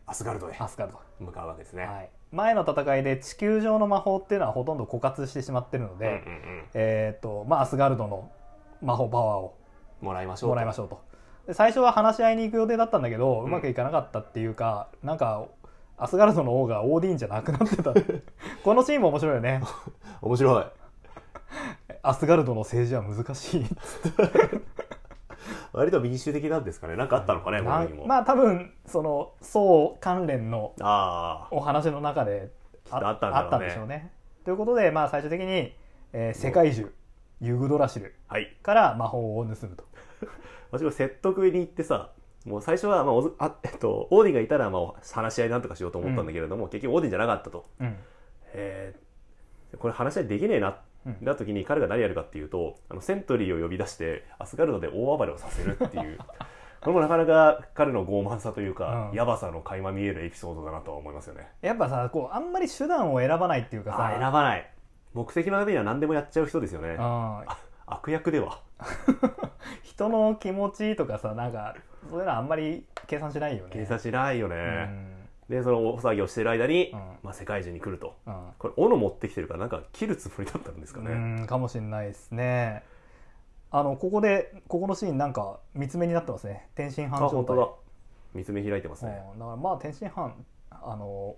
B: アスガルドへ
A: アスガルド
B: 向かうわけですね。
A: はい、前の戦いで地球上の魔法っていうのはほとんど枯渇してしまってるので、
B: うんうんうん、
A: えーとまあ、アスガルドの魔法パワーを
B: もらいましょうと。
A: もらいましょうとで最初は話し合いに行く予定だったんだけど、う
B: うん
A: まくいかなかったっていうかなんかアスガルドの王がオーディーンじゃなくなってた このシーンも面白いよ ね
B: 面白い。
A: アスガルドの政治は難 しい
B: 割と民主的なんですかね。なんかあったのかね、
A: な
B: こ
A: ん
B: こにも。
A: まあ多分その宋関連の
B: あ
A: お話の中で
B: きっとあったんだろうね
A: あったんでしょうねということで、まあ、最終的に、えー世界中ユグドラシル
B: あ、はい。
A: から魔法を盗むと
B: 私も説得に行ってさ、もう最初は、まあおずあえっと、オーディンがいたら、まあ、話し合いなんとかしようと思ったんだけれども、結局オーディンじゃなかったと。
A: うん
B: えーこれ話し合いできねえな、
A: うん
B: な時に彼が何やるかっていうとあのセントリーを呼び出してアスガルドで大暴れをさせるっていう これもなかなか彼の傲慢さというか、
A: うん
B: やばさの垣間見えるエピソードだなとは思いますよね
A: やっぱさこうあんまり手段を選ばないっていうか
B: あ
A: さ
B: 選ばない目的のためには何でもやっちゃう人ですよね
A: うん
B: 悪役では
A: 人の気持ちとかさなんかそういうのはあんまり計算しないよね
B: 警察しないよね、
A: うん
B: でその大騒ぎをしてる間に、
A: うん
B: まあ、世界中に来ると
A: うん
B: これ斧持ってきてるからなんか切るつもりだったんですかね、
A: うんかもしれないですねあのここでここのシーンなんか三つ目になってますね天津
B: あ
A: 飯状
B: 本当
A: 態
B: だ見つめ開いてますね、
A: うんだからまあ天津飯あの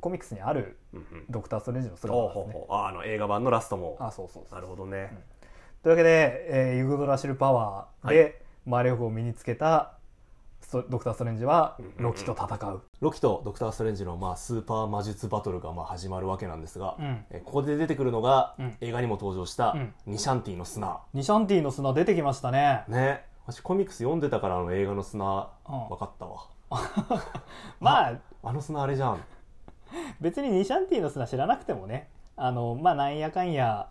A: コミックスにある
B: うんうん
A: ドクター・ストレンジの姿
B: ほう
A: なん
B: ほ
A: です
B: う
A: ね
B: ほうああの映画版のラストも
A: あそうそうそう
B: なるほどね、
A: というわけで、えーユグドラシルパワー
B: は
A: で魔力を身につけたストドクター・ストレンジは
B: うんうんうん
A: ロキと戦う、
B: ロキとドクター・ストレンジの、まあ、スーパー魔術バトルが、まあ、始まるわけなんですが、
A: うん
B: えここで出てくるのが、
A: うん
B: 映画にも登場した、
A: うん
B: ニシャンティの砂
A: ニシャンティの砂出てきましたね
B: ね私コミックス読んでたからあの映画の砂、
A: うん
B: 分かったわ
A: まあ
B: あの砂あれじゃん
A: 別にニシャンティの砂知らなくてもねあのまあなんやかんや、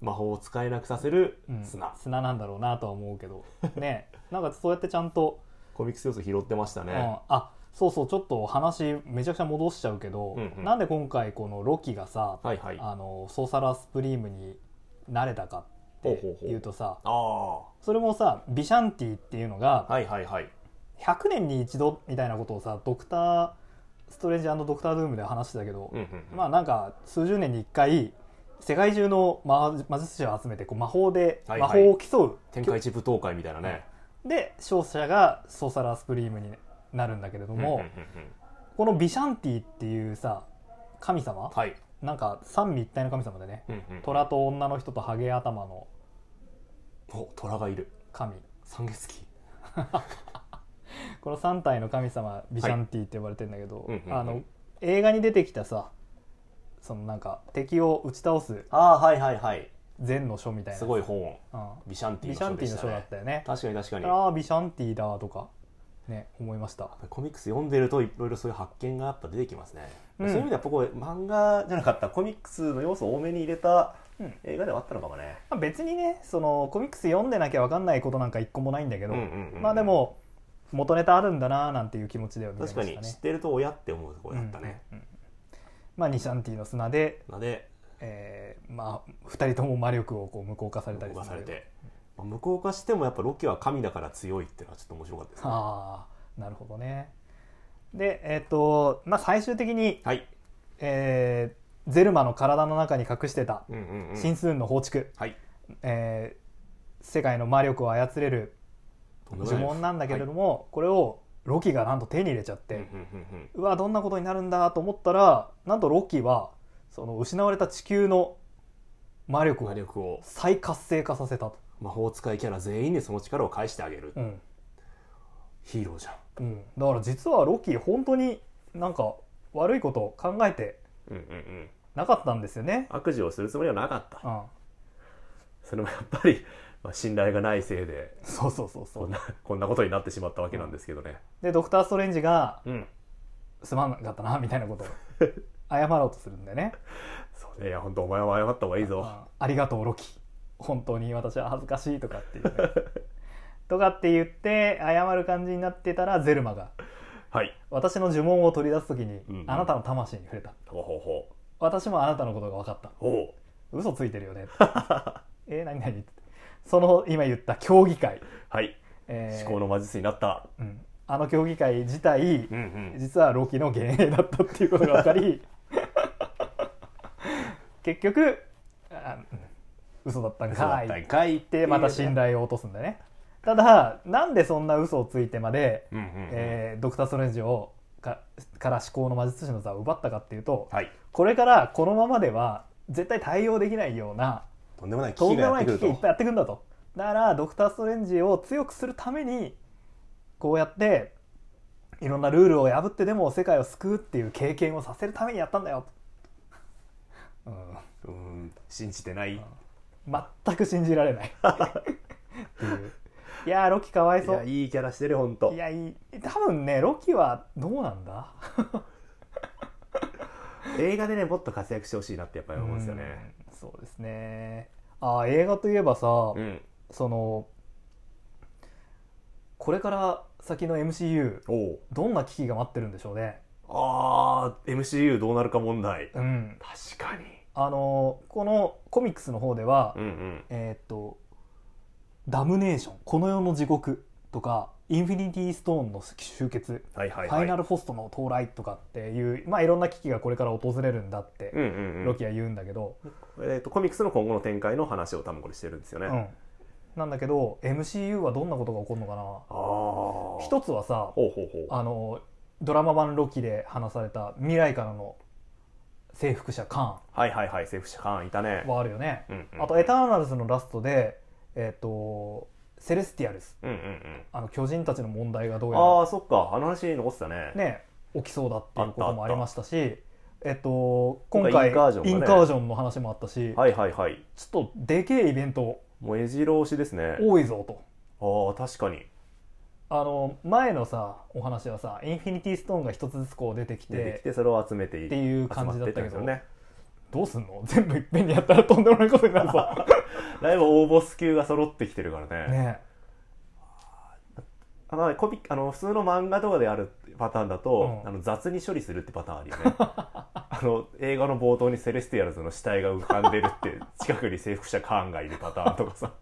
B: 魔法を使えなくさせる
A: うん
B: 砂、
A: 砂なんだろうなとは思う けどねなんかそうやってちゃんと、
B: コミックス要素拾ってました
A: うん
B: ね、
A: あそうそうちょっと話めちゃくちゃ戻しちゃうけど、
B: うんうん
A: なんで今回このロキがさ、
B: はいはいあ
A: あのソーサラースプリームになれたかっていうとさ
B: あー
A: それもさビシャンティっていうのが
B: はいはいはい
A: 100年に一度みたいなことをさドクターストレンジドクター・ドゥームで話してたけど、
B: うんうんうん
A: まあなんか数十年に1回世界中の魔魔術師を集めてこう魔法で
B: はい
A: 魔
B: はい
A: 法を競う、
B: 天下一舞踏会みたいなね、
A: で勝者がソーサラースプリームになるんだけれども、
B: うんうんうんうん
A: このビシャンティっていうさ神様
B: はい、
A: なんか三位一体の神様でね
B: うんうん、
A: 虎と女の人とハゲ頭の
B: お虎がいる
A: 神
B: 三月期
A: この3体の神様ビシャンティって呼ばれてるんだけど、
B: うんうんうん
A: あの映画に出てきたさそのなんか敵を打ち倒す
B: ああはいはいはい
A: 善の書みたいな
B: すご
A: い、
B: い本を
A: うん
B: ビシャンティ
A: ビシャンティの
B: の書
A: 書
B: で
A: だ
B: し
A: ったた
B: ね
A: よね
B: 確かに確かに
A: ああビシャンティだとかね思いました
B: コミックス読んでるといろいろそういう発見がやっぱ出てきますね、
A: うん
B: そういう意味ではやっぱこう漫画じゃなかったコミックスの要素を多めに入れた
A: うん
B: 映画ではあったのかもね、
A: まあ、別にねそのコミックス読んでなきゃ分かんないことなんか一個もないんだけど、まあでも元ネタあるんだなーなんていう気持ちでは見れまし
B: 確
A: た
B: か
A: ね
B: に知ってると親って思うところだったね、、
A: うんうんまあ、ニシャンティの砂で、
B: ので
A: えーまあ、2人とも魔力をこう無効化された
B: 無
A: り
B: 効化
A: す
B: さ
A: るん
B: れ
A: だけど
B: て、まあ、無効化してもやっぱロキは神だから強いっていうのはちょっと面白かったですね
A: ああなるほどねでえっ、とまあ最終的に、
B: はい、
A: えーゼルマの体の中に隠してた
B: うんうんうん
A: シンスーンの放逐、
B: はい
A: えー世界の魔力を操れる
B: とんでもない
A: 呪
B: です
A: 文なんだけれども、これをロキがなんと手に入れちゃって、
B: うんうんうん
A: うわどんなことになるんだと思ったらなんとロキはその失われた地球の魔
B: う
A: 力
B: ん魔
A: を
B: 力を
A: 再活性化させたと、
B: 魔法使いキャラ全員にその力を返してあげる、
A: うん
B: ヒーローじゃん、
A: うん、だから実はロキ本当になんか悪いことを考えて
B: うんうんうん、
A: なかったんですよね、
B: 悪事をするつもりはなかった
A: うん、
B: それもやっぱり、まあ、信頼がないせいで
A: そうそうそうそ
B: こん
A: う
B: なこんなことになってしまったわけなんですけどね、
A: でドクター・ストレンジが
B: うん、
A: すまんかったなみたいなことを謝ろうとするんでね
B: そうねいや本当お前は謝った方がいい
A: うん
B: ぞ、
A: ありがとうロキ本当に私は恥ずかしいとかっていうね、 とかって言って謝る感じになってたらゼルマが
B: はい
A: 私の呪文を取り出す時に、
B: うん
A: あなたの魂に触れた
B: ほうほうほ
A: 私もあなたのことが分かった
B: うほ
A: 嘘ついてるよ ねえ何何ってその今言った競技会、
B: うはい、
A: えー
B: 思考の魔術になった、
A: うん、あの競技会自体
B: うんうん、
A: 実はロキの幻影だったっていうことが分か り結局あうん嘘だったんかい
B: 書い
A: でまた信頼を落とすんだねただなんでそんな嘘をついてまで、
B: うんうんうん
A: えードクター・ストレンジをかから至高の魔術師の座を奪ったかっていうと
B: はい
A: これからこのままでは絶対対応できないような
B: とんでもない危
A: と
B: 機
A: ん
B: が
A: で
B: や
A: も
B: っ
A: な
B: て
A: い
B: く
A: 危
B: る
A: 機い
B: と
A: っぱいやってくるんだとだからドクター・ストレンジを強くするためにこうやっていろんなルールを破ってでも世界を救うっていう経験をさせるためにやったんだよ、うん、
B: うん信じてない
A: 全く信じられないっていういやーロキかわい
B: い
A: そう
B: やいいキャラしてる本当
A: いやいい多分ねロキはどうなんだ
B: 映画でねもっと活躍してほしいなってやっぱり思うんですよね
A: うんそうですねあー映画といえばさ、
B: うん
A: そのこれから先の MCU
B: おおう
A: どんな危機が待ってるんでしょうね
B: あー MCU どうなるか問題
A: うん
B: 確かに
A: あのこのコミックスの方では、
B: うんうん
A: えーっと「ダムネーションこの世の地獄」とか「インフィニティ・ストーンの集結」
B: はいはいはい
A: ファイナルホストの到来とかっていう、まあ、いろんな危機がこれから訪れるんだって
B: うんうんう
A: ロ
B: ん
A: キは言うんだけど、
B: えーとコミックスの今後の展開の話を多分これしてるんですよね
A: う
B: あ
A: んなんだけど MCU はどんなことが起こるのかな
B: あほう
A: 一つはさ
B: ほうほう
A: あのドラマ版「ロキ」で話された未来からの征服者カ
B: はいはいはいセーフシカーンいたね
A: ーンはあるよね、
B: うんうん
A: あと「エターナルズ」のラストで、えっとセレスティアルズ
B: うんうんうん
A: あの巨人たちの問題がどうや
B: ああそっかあの話残ってたね
A: ら、ね、起きそうだっていうこともあ
B: あったあった
A: りましたし。えっと、今
B: 今
A: 回
B: 回
A: イ
B: イ
A: ン
B: ン
A: カ
B: カ
A: ー
B: ー
A: ジ
B: ジ
A: ョ
B: ョ
A: ン,、
B: ンがね
A: も話もあったし、
B: はいはいはい
A: ちょっとでけえイベント
B: 目白押しですね
A: 多いぞと
B: ああ確かに
A: あの前のさお話はさインフィニティストーンが一つずつこう出てきて
B: 出てきてそれを集めてい
A: っていう感じだったけど
B: 集まてんですよね
A: どうすんの全部いっぺんにやったら とんでもないことになるぞ
B: だいぶ応募スキューが揃ってきてるから ね
A: ね
B: あのコピあの普通の漫画とかであるパターンだと、
A: うん
B: あの雑に処理するってパターンあるよね あの映画の冒頭にセレスティアルズの死体が浮かんでる って近くに征服者カーンがいるパターンとかさ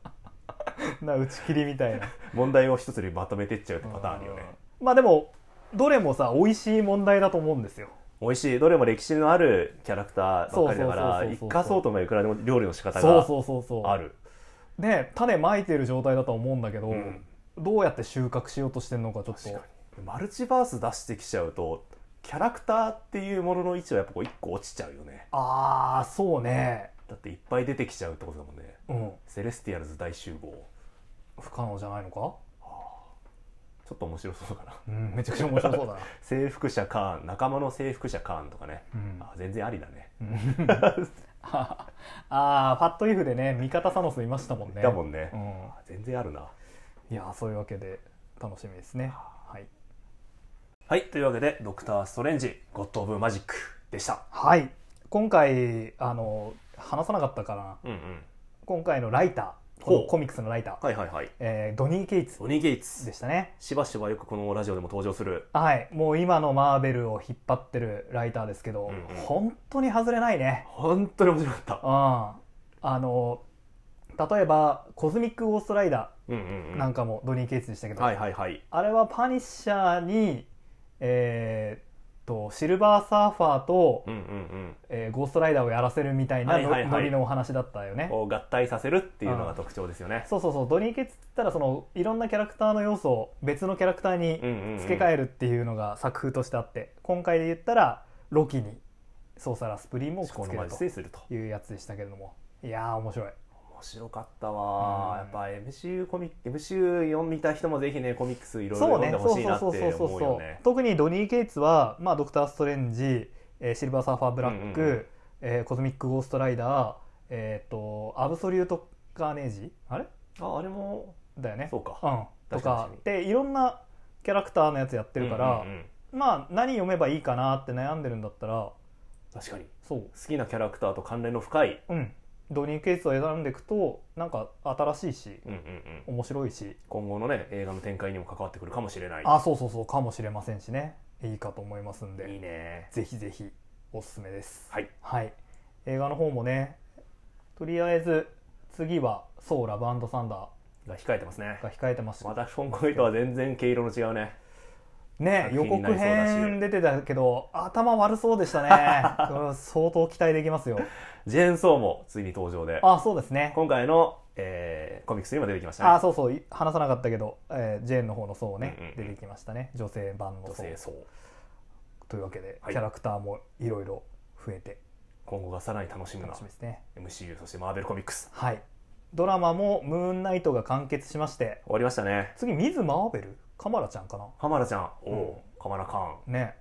A: な打ち切りみたいな
B: 問題を一つにまとめてっちゃうって パターンあるよね
A: まあでもどれもさ美味しい問題だと思うんですよ
B: 美味しいどれも歴史のあるキャラクターばっかりだ
A: そうそう
B: から
A: そうそうそう
B: 生かそうともいくらでも料理の仕方
A: そう
B: が
A: そうそうそう
B: ある
A: ね種まいてる状態だとは思うんだけど、
B: うん
A: どうやって収穫しようとしてるのかちょっと
B: 確かにマルチバース出してきちゃうとキャラクターっていうものの位置はやっぱこう一個落ちちゃうよね
A: ああそうね
B: だっていっぱい出てきちゃうってことだもんね
A: うん
B: セレスティアルズ大集合
A: 不可能じゃないのか
B: ちょっと面白そうだな
A: うんめちゃくちゃ面白そうだな
B: 征服者カーン仲間の征服者カーンとかね、
A: うん
B: あ全然ありだね、
A: ああファットイフでね味方サノスいましたもんね
B: だもんね、
A: うん
B: あ全然あるない
A: やそういうわけで楽しみですねはい、
B: はいというわけで「ドクター・ストレンジゴッド・オブ・マジック」でした
A: はい、今回あの話さなかったかな
B: うんうん
A: 今回のライターこの
B: ほう
A: コミックスのライター、
B: はいはいはい
A: えードニー・ケイツ
B: ドニー・ゲイツ
A: でしたね
B: しばしばよくこのラジオでも登場する
A: はいもう今のマーベルを引っ張ってるライターですけど、
B: うんうん
A: 本当に外れないね
B: 本当に面白かった
A: うんあの例えば「コズミック・ゴーストライダ
B: うんうんう
A: ー」
B: ん
A: なんかもドニー・ケイツでしたけど、
B: はいはいはい
A: あれはパニッシャーに、えとシルバーサーファーと、
B: うんうんうん
A: えーゴーストライダーをやらせるみたいな
B: はい
A: の
B: はいはい
A: ノリのお話だったよね。
B: を合体させるっていうのが特徴ですよね。
A: そうそうそうドリーケツって言ったらそのいろんなキャラクターの要素を別のキャラクターに付け替
B: え
A: えるっていうのが作風としてあって今回で言ったらロキにソーサラスプリームを
B: 思
A: く
B: 考
A: っつ
B: の
A: け
B: 魔
A: る
B: 術で制すると。
A: というやつでしたけれどもいやー面白い
B: 面白かったわー、
A: うん
B: やっぱ MCU コミック MCU 読みた人もぜひねコミックスいろい
A: そ
B: ろ
A: う
B: 読ん
A: ね
B: で
A: そ
B: ほ
A: う
B: しい
A: そ
B: な
A: う
B: って
A: そうそうそう
B: 思う
A: そ
B: よ
A: う、
B: ね。
A: 特にドニー・ケイツは、まあ、ドクター・ストレンジ、えーシルバー・サーファー・ブラック、
B: うんうん
A: えーコズミック・ゴーストライダー、えー、とアブソリュート・ガーネージあれ
B: ああれも
A: だよね
B: そうか。
A: うん、と
B: 確かに
A: か
B: 確
A: でいろんなキャラクターのやつやってるから、
B: うんうんうん
A: まあ何読めばいいかなって悩んでるんだったら
B: 確かに好
A: そう
B: きなキャラクターと関連の深い、
A: うんドニー・ケイツを選んでいくとなんか新しいし
B: うんうんうん
A: 面白いし
B: 今後のね映画の展開にも関わってくるかもしれない。
A: あそうそうそうかもしれませんしねいいかと思いますんで
B: いいね。
A: ぜひぜひおすすめです
B: はい。
A: はい映画の方もねとりあえず次は「ソーラブサンダ
B: が控えてますね
A: ー」。が控えてますし
B: また今回とは全然毛色の違うね。
A: ね
B: 作
A: 予
B: 品に
A: 告
B: なりそうだし
A: 編出てたけど頭悪そうでした ねこれは相当期待できますよ
B: ジェーンソーもついに登場で、
A: あそうですね
B: 今回の、えーコミックスにも出てきました
A: あ
B: ね。
A: そうそうい話さなかったけど、えージェーンの方の層ね、
B: うんうんうん
A: 出てきましたね女性版の
B: 女
A: 層
B: 性層。
A: というわけで、
B: はい
A: キャラクターもいろいろ増えて
B: 今後がさらに楽しみな
A: 楽しみですね
B: MCU そしてマーベルコミックス
A: はいドラマも「ムーンナイト」が完結しまして
B: 終わりましたね
A: 次ミズ・マーベルカマラちゃんかな
B: 浜田ちゃんお
A: うん
B: おカマラカーン
A: ね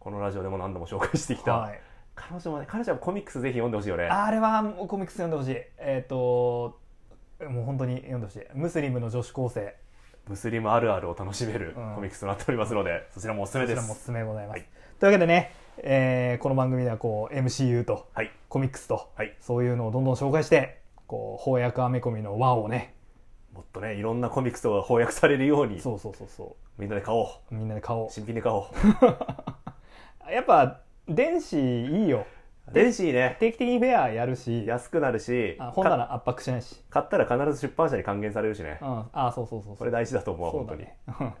B: このラジオでも何度も紹介してきた、
A: はい、
B: 彼女もね彼女もコミックスぜひ読んでほしいよね
A: あれはもうコミックス読んでほしいえっ、ともう本当に読んでほしいムスリムの女子高生
B: ムスリムあるあるを楽しめる
A: うん
B: コミックスとなっておりますので、そちらもおすすめ
A: こち
B: で
A: らもお
B: す
A: すすめでございます、
B: はい
A: というわけでね、えーこの番組ではこう MCU と
B: はい
A: コミックスと
B: はい
A: そういうのをどんどん紹介してこう翻訳アメコミの輪をね
B: もっとねいろんなコミックスが翻訳されるように
A: そうそうそうそ
B: みんなで買おう
A: うみんなで買おう
B: 新品で買おう
A: やっぱ電子いいよ
B: 電子いいね
A: 定期的にフェアやるし
B: 安くなるし
A: あ本
B: か
A: 棚圧迫しないし、
B: 買ったら必ず出版社に還元されるしね
A: うん、あそうそうそう
B: こ
A: そう
B: れ大事だと思うわ
A: そう
B: 本
A: だ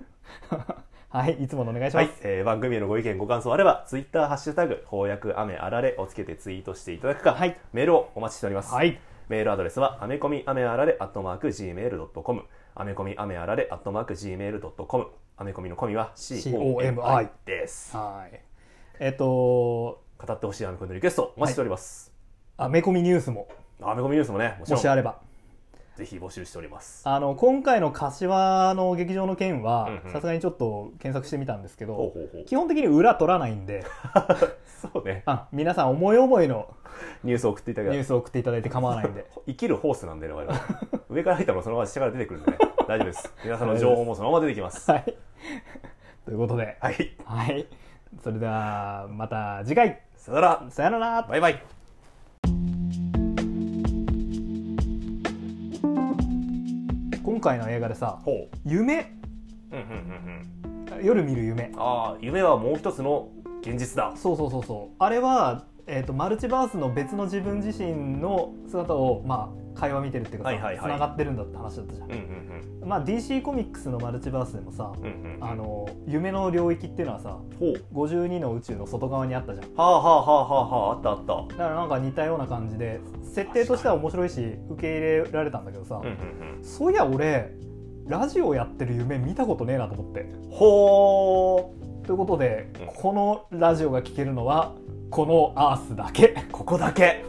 B: 当に、
A: ね はいいつものお願いしま
B: は
A: す、
B: い、えー番組へのご意見ご感想あればツイッターハッシュタグ翻訳雨あられをつけてツイートしていただくか、
A: はい
B: メールをお待ちしております、
A: はい
B: メールアドレスはアメコミアメあられアットマーク gmail.com アメコミアメあられアットマーク gmail.com アメコミのコミは COMI です
A: はいえっと
B: 語ってほしいアメコミのリクエストお待ちしております、
A: アメコミニュースも
B: アメコミニュースもねもち
A: も
B: ろん
A: しあれば
B: ぜひ募集しております
A: あの今回の柏の劇場の件は
B: うんうん
A: さすがにちょっと検索してみたんですけど、
B: ほうほうほう
A: 基本的に裏取らないん で
B: そうね
A: あ皆さん思い思いの
B: ニュースを送っていただ
A: ニュ
B: け
A: ースを送っていただいて構わないんで
B: 生きるホースなんでね我々 上から入ったらそのまま下から出てくるんでね大丈夫です皆さんの情報もそのまま出てきます
A: はい ということで
B: はい
A: はいそれではまた次回
B: さよなら
A: さよなら
B: バイバイ
A: 今回の映画でさ
B: ほ
A: 夢
B: ううんうんうんうん
A: 夜見る夢
B: ああ夢はもう一つの現実だ
A: そうそうそうそうあれは、えー、とマルチバースの別の自分自身の姿を、まあ、会話見てるっていうか
B: はいはいはい
A: つながってるんだって話だったじゃん
B: うん、うん
A: まあ、DC コミックスのマルチバースでもさ
B: うんうんうん
A: あの夢の領域っていうのはさ
B: ほう
A: 52の宇宙の外側にあったじゃん
B: はあはあはあはあはああったあった
A: だからなんか似たような感じで設定としては面白いし受け入れられたんだけどさ、
B: うんうん
A: そういや俺ラジオやってる夢見たことねえなと思って
B: うんほう
A: ということで、
B: うん
A: このラジオが聴けるのはこのアースだけ
B: ここだけ